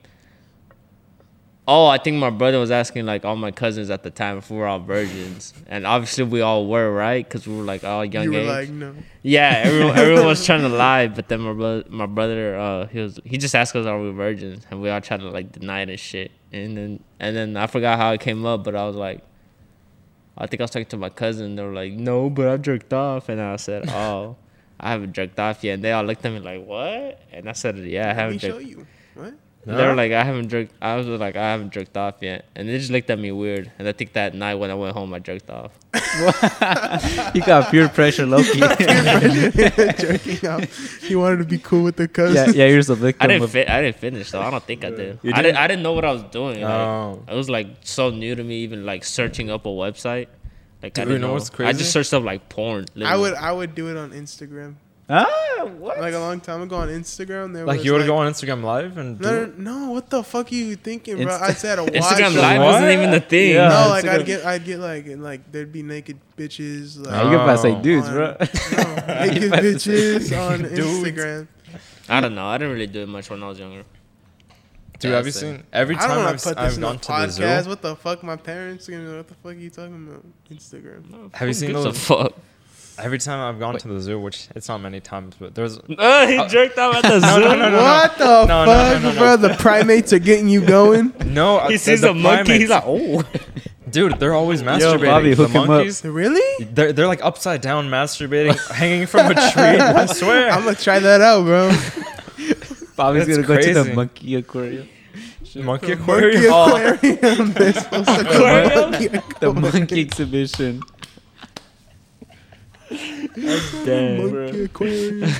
Oh, I think my brother was asking like all my cousins at the time if we were all virgins, and obviously we all were, right? Cause we were like all young
You were
age.
like, no.
yeah, everyone everyone was trying to lie, but then my brother my brother uh he was he just asked us are we virgins, and we all tried to like deny it and shit, and then and then I forgot how it came up, but I was like. I think I was talking to my cousin. They were like, "No, but I jerked off," and I said, "Oh, I haven't jerked off yet." And they all looked at me like, "What?" And I said, "Yeah, I
Let
haven't."
me show
Jerked.
you. What?
They were like, "I haven't jerked." I was like, "I haven't jerked off yet," and they just looked at me weird. And I think that night when I went home, I jerked off.
You got peer pressure, Loki. yeah,
Jerking out. He wanted to be cool with the cousin.
yeah, you're the
I
victim.
didn't
Of,
fit. I didn't finish though. I don't think I did.
You
I
didn't?
didn't. I didn't know what I was doing. Like,
Oh.
It was like so new to me, even like searching up a website. Like I
Dude,
didn't
you know
know.
what's
I
crazy?
just searched up like porn.
I
literally.
would I would do it on Instagram.
Ah, what?
Like a long time ago on Instagram, there
Like
was
you would
like,
go on Instagram Live and do
No,
it?
no, no, what the fuck are you thinking, bro?
Insta-
I said a watch.
Instagram
Why?
Live wasn't even a thing.
Yeah.
No, like
Instagram.
I'd get, I'd get like, like there'd be naked bitches,
Ah, you
like
can pass
Oh.
like dudes,
on-
bro.
no, naked bitches on Instagram.
I don't know. I didn't really do it much when I was younger.
Dude, have you
That's it.
seen every
I don't
time
want
I've,
to put this
I've
in a
gone to the zoo?
podcast. What the fuck? My parents are gonna be like, what the fuck are you talking about? Instagram.
Have you
Who
seen
gives a
those-
fuck?
Every time I've gone to the zoo, which it's not many times, but there's
Uh, he jerked out at the zoo.
no, no, no,
what the
No, no,
fuck,
no, no, no.
bro? The primates are getting you going.
no.
He
uh,
sees
the
a monkey. He's
primates.
like, oh.
dude, they're always masturbating.
Bobby,
the
hook him up.
monkeys,
Really?
they're they're like upside down masturbating, hanging from a tree. I swear.
I'm gonna try that out, bro.
Bobby's
That's
gonna go to the
crazy.
monkey aquarium.
monkey
Monkey
aquarium. Oh,
aquarium. They're supposed to go
Aquarium?
monkey
The
aquarium.
monkey exhibition. Damn,
Monkey aquarium.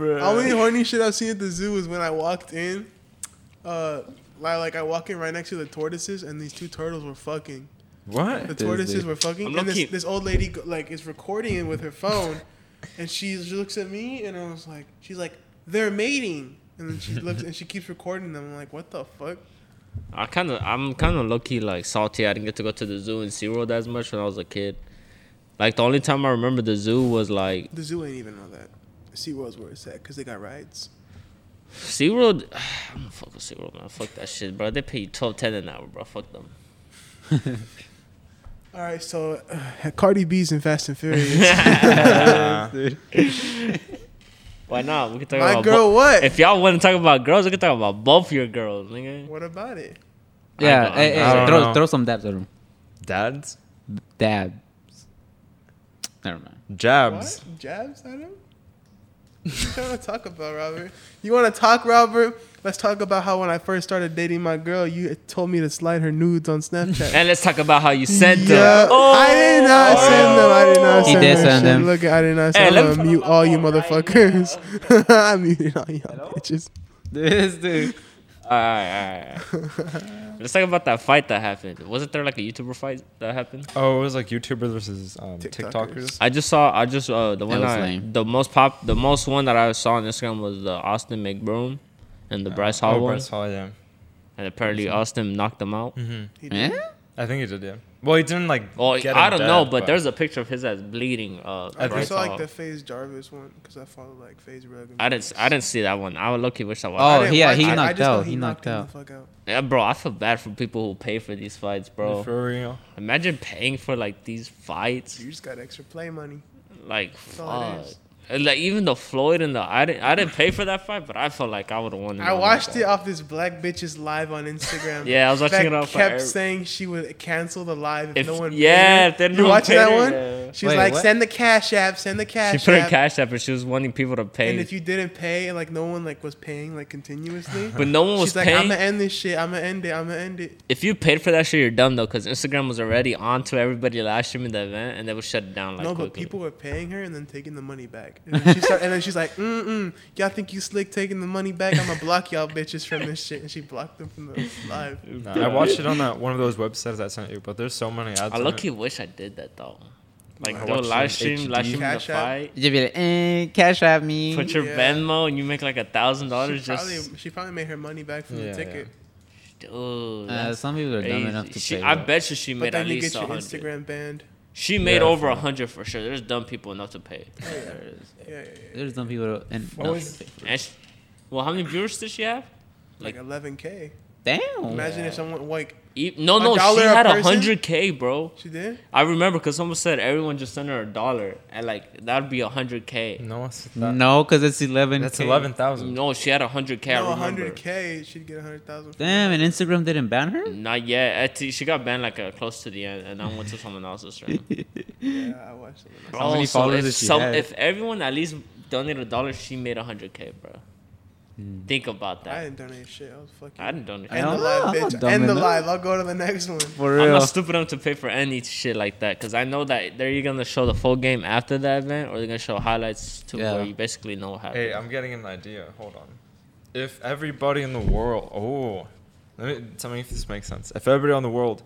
Only horny shit I've seen at the zoo is when I walked in. Uh, like, like I walk in right next to the tortoises, and these two turtles were fucking. The
What?
Disney.
tortoises were fucking,
I'm
and this,
low-key-
this old lady go- like is recording it with her phone, and she, she looks at me, and I was like, she's like, they're mating, and then she looks and she keeps recording them. I'm like, what the
"Oh."
fuck?
I kind of, I'm kind of lucky, like salty. I didn't get to go to the zoo and SeaWorld as much when I was a kid. Like the only time I remember the zoo was like
The zoo ain't even all that. SeaWorld's where it's at because they got rides.
SeaWorld. I'm gonna fuck with SeaWorld, man. Fuck that shit, bro. They pay you twelve ten an hour, bro. Fuck them.
All right, so uh, Cardi B's in Fast and Furious.
Uh,
Why not? We can talk
My
about
girl,
bo-
what?
uh, If y'all want to talk about girls, we can talk about both your girls, nigga.
what about it?
I
Yeah,
don't-
hey, hey,
I don't
throw,
know.
throw some dabs at him.
dads,
Dabs. Never mind.
jabs.
What jabs at him? What you trying to talk about, Robert? You want to talk, Robert? Let's talk about how when I first started dating my girl, you told me to slide her nudes on Snapchat.
And let's talk about how you sent them.
Yeah,
Oh,
I did not send them. I did not
He
send
did
them.
send
Shit,
them.
Look, I did not
Hey,
send
let me
them.
put
Mute
my
all you
phone right
motherfuckers. I muted all y'all bitches.
This dude.
All right, all right, all right. Let's talk about that fight that happened. Wasn't there like a YouTuber fight that happened?
Oh, it was like YouTubers versus um,
TikTokers.
TikTokers.
I just saw. I just uh, the one
was
I
lame.
the most pop the most one that I saw on Instagram was the Austin McBroom and the Bryce Hall
Oh,
one.
Bryce Hall, Mm-hmm. yeah.
And apparently Austin knocked them out.
Eh?
I think he did, yeah. Well, he didn't like.
Well,
get
I
him
don't know,
dead,
but, there's a picture of his ass bleeding. Uh,
I
Bryce
just saw like
Hall.
the Phase Jarvis one because I follow like Phase Rug. and-
I didn't. s- I didn't see that one. I would lucky wish I watched.
Oh,
I didn't
yeah,
watch
he
it. I
knocked
just know
out. He knocked
him
out.
The fuck out.
Yeah, bro, I feel bad for people who pay for these fights, bro.
For real.
Imagine paying for like these fights,
You just got extra play money.
like
all it
fuck.
is.
And, like even the Floyd and the I didn't. I didn't pay for that fight, but I felt like I would have won. in
I
that
watched
fight.
it off this black bitch's live on Instagram.
Yeah, I was watching
that
it off of
Kept
every-
saying she would cancel the live if,
If-
no one.
yeah,
paid
if
her.
they
you
don't
watching
pay
that
her,
one?
yeah.
She was
Wait,
like,
what?
send the cash app, send the cash.
She put
app.
in cash app and she was wanting people to pay.
And if you didn't pay, and like no one like was paying like continuously.
but no one was
She's like,
paying.
I'm gonna end this shit. I'm gonna end it. I'm gonna end it.
if you paid for that shit, you're dumb though, because Instagram was already on to everybody last stream in the event, and they would shut it down like
no, but
quickly.
people were paying her and then taking the money back. And then, she start, and then she's like, mm mm, y'all think you slick taking the money back? I'm gonna block y'all bitches from this shit. And she blocked them from the live.
Nah, I watched it on that one of those websites I sent you, but there's so many ads.
I
on
lucky
it.
wish I did that though. Like
I
go
watched
live
some
stream, live
HD.
stream the
Cash App.
fight,
You'd be like, eh, cash at me.
put your
Yeah.
Venmo, and you make like a thousand dollars
She probably,
just.
she probably made her money back from
Yeah, yeah.
the ticket.
Dude,
uh,
that's
some people are dumb enough
crazy.
to
She,
pay.
I
bro.
bet you she
But
made at
then you
least
get
a
your
hundred.
Instagram banned.
She made
Yeah,
over
for
a
real.
hundred for sure. There's dumb people enough to pay.
Yeah, yeah, yeah.
There's some people who- and
What
Oh,
no,
was-
they pay for it.
And she, well, how many viewers did she have?
Like
Like- oh,
11k.
Damn.
Imagine if someone like
E- No,
A
no, she
dollar a
had a
person?
hundred k, bro.
she did.
I remember because someone said everyone just sent her a dollar, and like that'd be a hundred k.
No, what's that?
No, because it's 11.
That's eleven
Mm.
thousand.
No, she had a hundred k.
No,
I remember.
100k. She'd get 100,000. from
Damn,
that.
and Instagram didn't ban her?
Not yet. I think she got banned like uh, close to the end, and then went to someone else's stream.
Yeah, I watched it.
Bro,
How many
so
followers
if
did she
some-
have?
If everyone at least donated a dollar, she made a hundred k, bro.
Mm.
Think about that.
I didn't donate shit. I was fucking.
I, didn't donate.
End
I'm
the
don't-
live,
I'm not
bitch.
dumb
End the
enough.
live. I'll go to the next one.
For real.
not stupid enough to pay for any shit like that because I know that they're either gonna show the full game after the event or they're gonna show highlights to
Yeah.
where you basically know what happened.
Hey, I'm getting an idea. Hold on. If everybody in the world, oh, let me tell me if this makes sense. If everybody on the world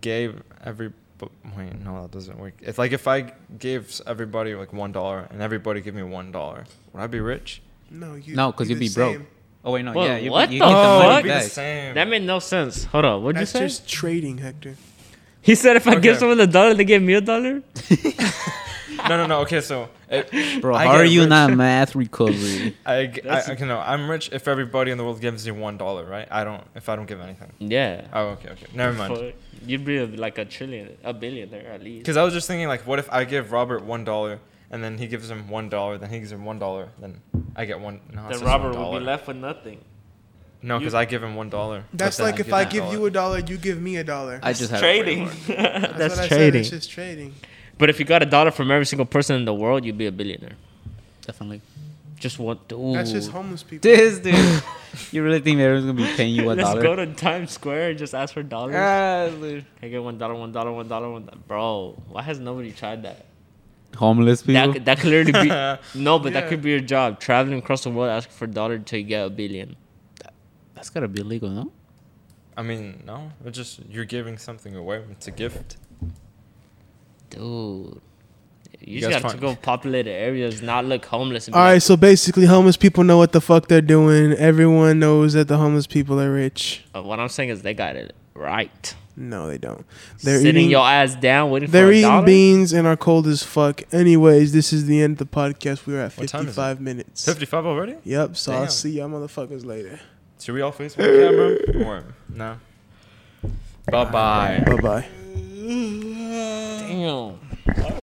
gave every But wait, no, that doesn't work. It's like if I gave everybody like one dollar and everybody give me one dollar, would I be rich?
No, you.
No, because
you
you'd
the
be broke.
same.
Oh wait, no,
Well,
yeah, you,
what
you
the
get
fuck?
money
Be the
back.
same.
That made no sense. Hold on, what'd
That's
you say?
just trading, Hector.
he said if I give
Okay.
someone a dollar, they give me a dollar.
no, no, no. Okay, so it,
Bro,
I
how
get
are you
rich-
not math recovery?
I, g- I,
That's-
okay, no, I'm rich if everybody in the world gives me one dollar, right? I don't if I don't give anything.
Yeah.
Oh, okay, okay. Never mind.
Fuck. You'd be a- like a trillion, a billionaire at least.
Because I was just thinking, like, what if I give Robert one dollar and then he gives him one dollar, then he gives him one dollar, then I get one. No,
Then
it's just
Robert
$1.
would be left with nothing.
No,
You-
because I give him one dollar.
That's like if I give you a dollar, you give me a dollar.
I just had a
Trading.
brain
That's,
That's
what I Said.
trading.
It's just trading.
But if you got a dollar from every single person in the world, you'd be a billionaire.
fart. Definitely.
Just one dude.
That's just homeless people.
This dude, you really think everyone's gonna be paying you a
Let's
dollar?
go to Times Square and just ask for dollars.
Ah, dude.
I get one dollar, one dollar, one dollar, one dollar. Bro, why has nobody tried that?
Homeless people.
That could, that could literally be no, but
Yeah.
that could be your job. Traveling across the world, asking for a dollar till you get a billion.
That's gotta be illegal, no?
I mean, no, it's just you're giving something away. It's a gift.
Dude, you,
You
just
guys
got to
find-
go populated areas, not look homeless. And be
All right,
like,
so basically, homeless people know what the fuck they're doing. Everyone knows that the homeless people are rich.
uh, what I'm saying is they got it right.
No, they don't. They're
Sitting
eating.
your ass down waiting
they're
for a
eating
dollar.
beans and are cold as fuck. Anyways, this is the end of the podcast. We are at
What time is it?
55 minutes.
Fifty-five already?
Yep, so I'll
Damn.
see y'all motherfuckers later.
Should we all face one camera? Or no? Bye bye.
Bye bye.
Damn.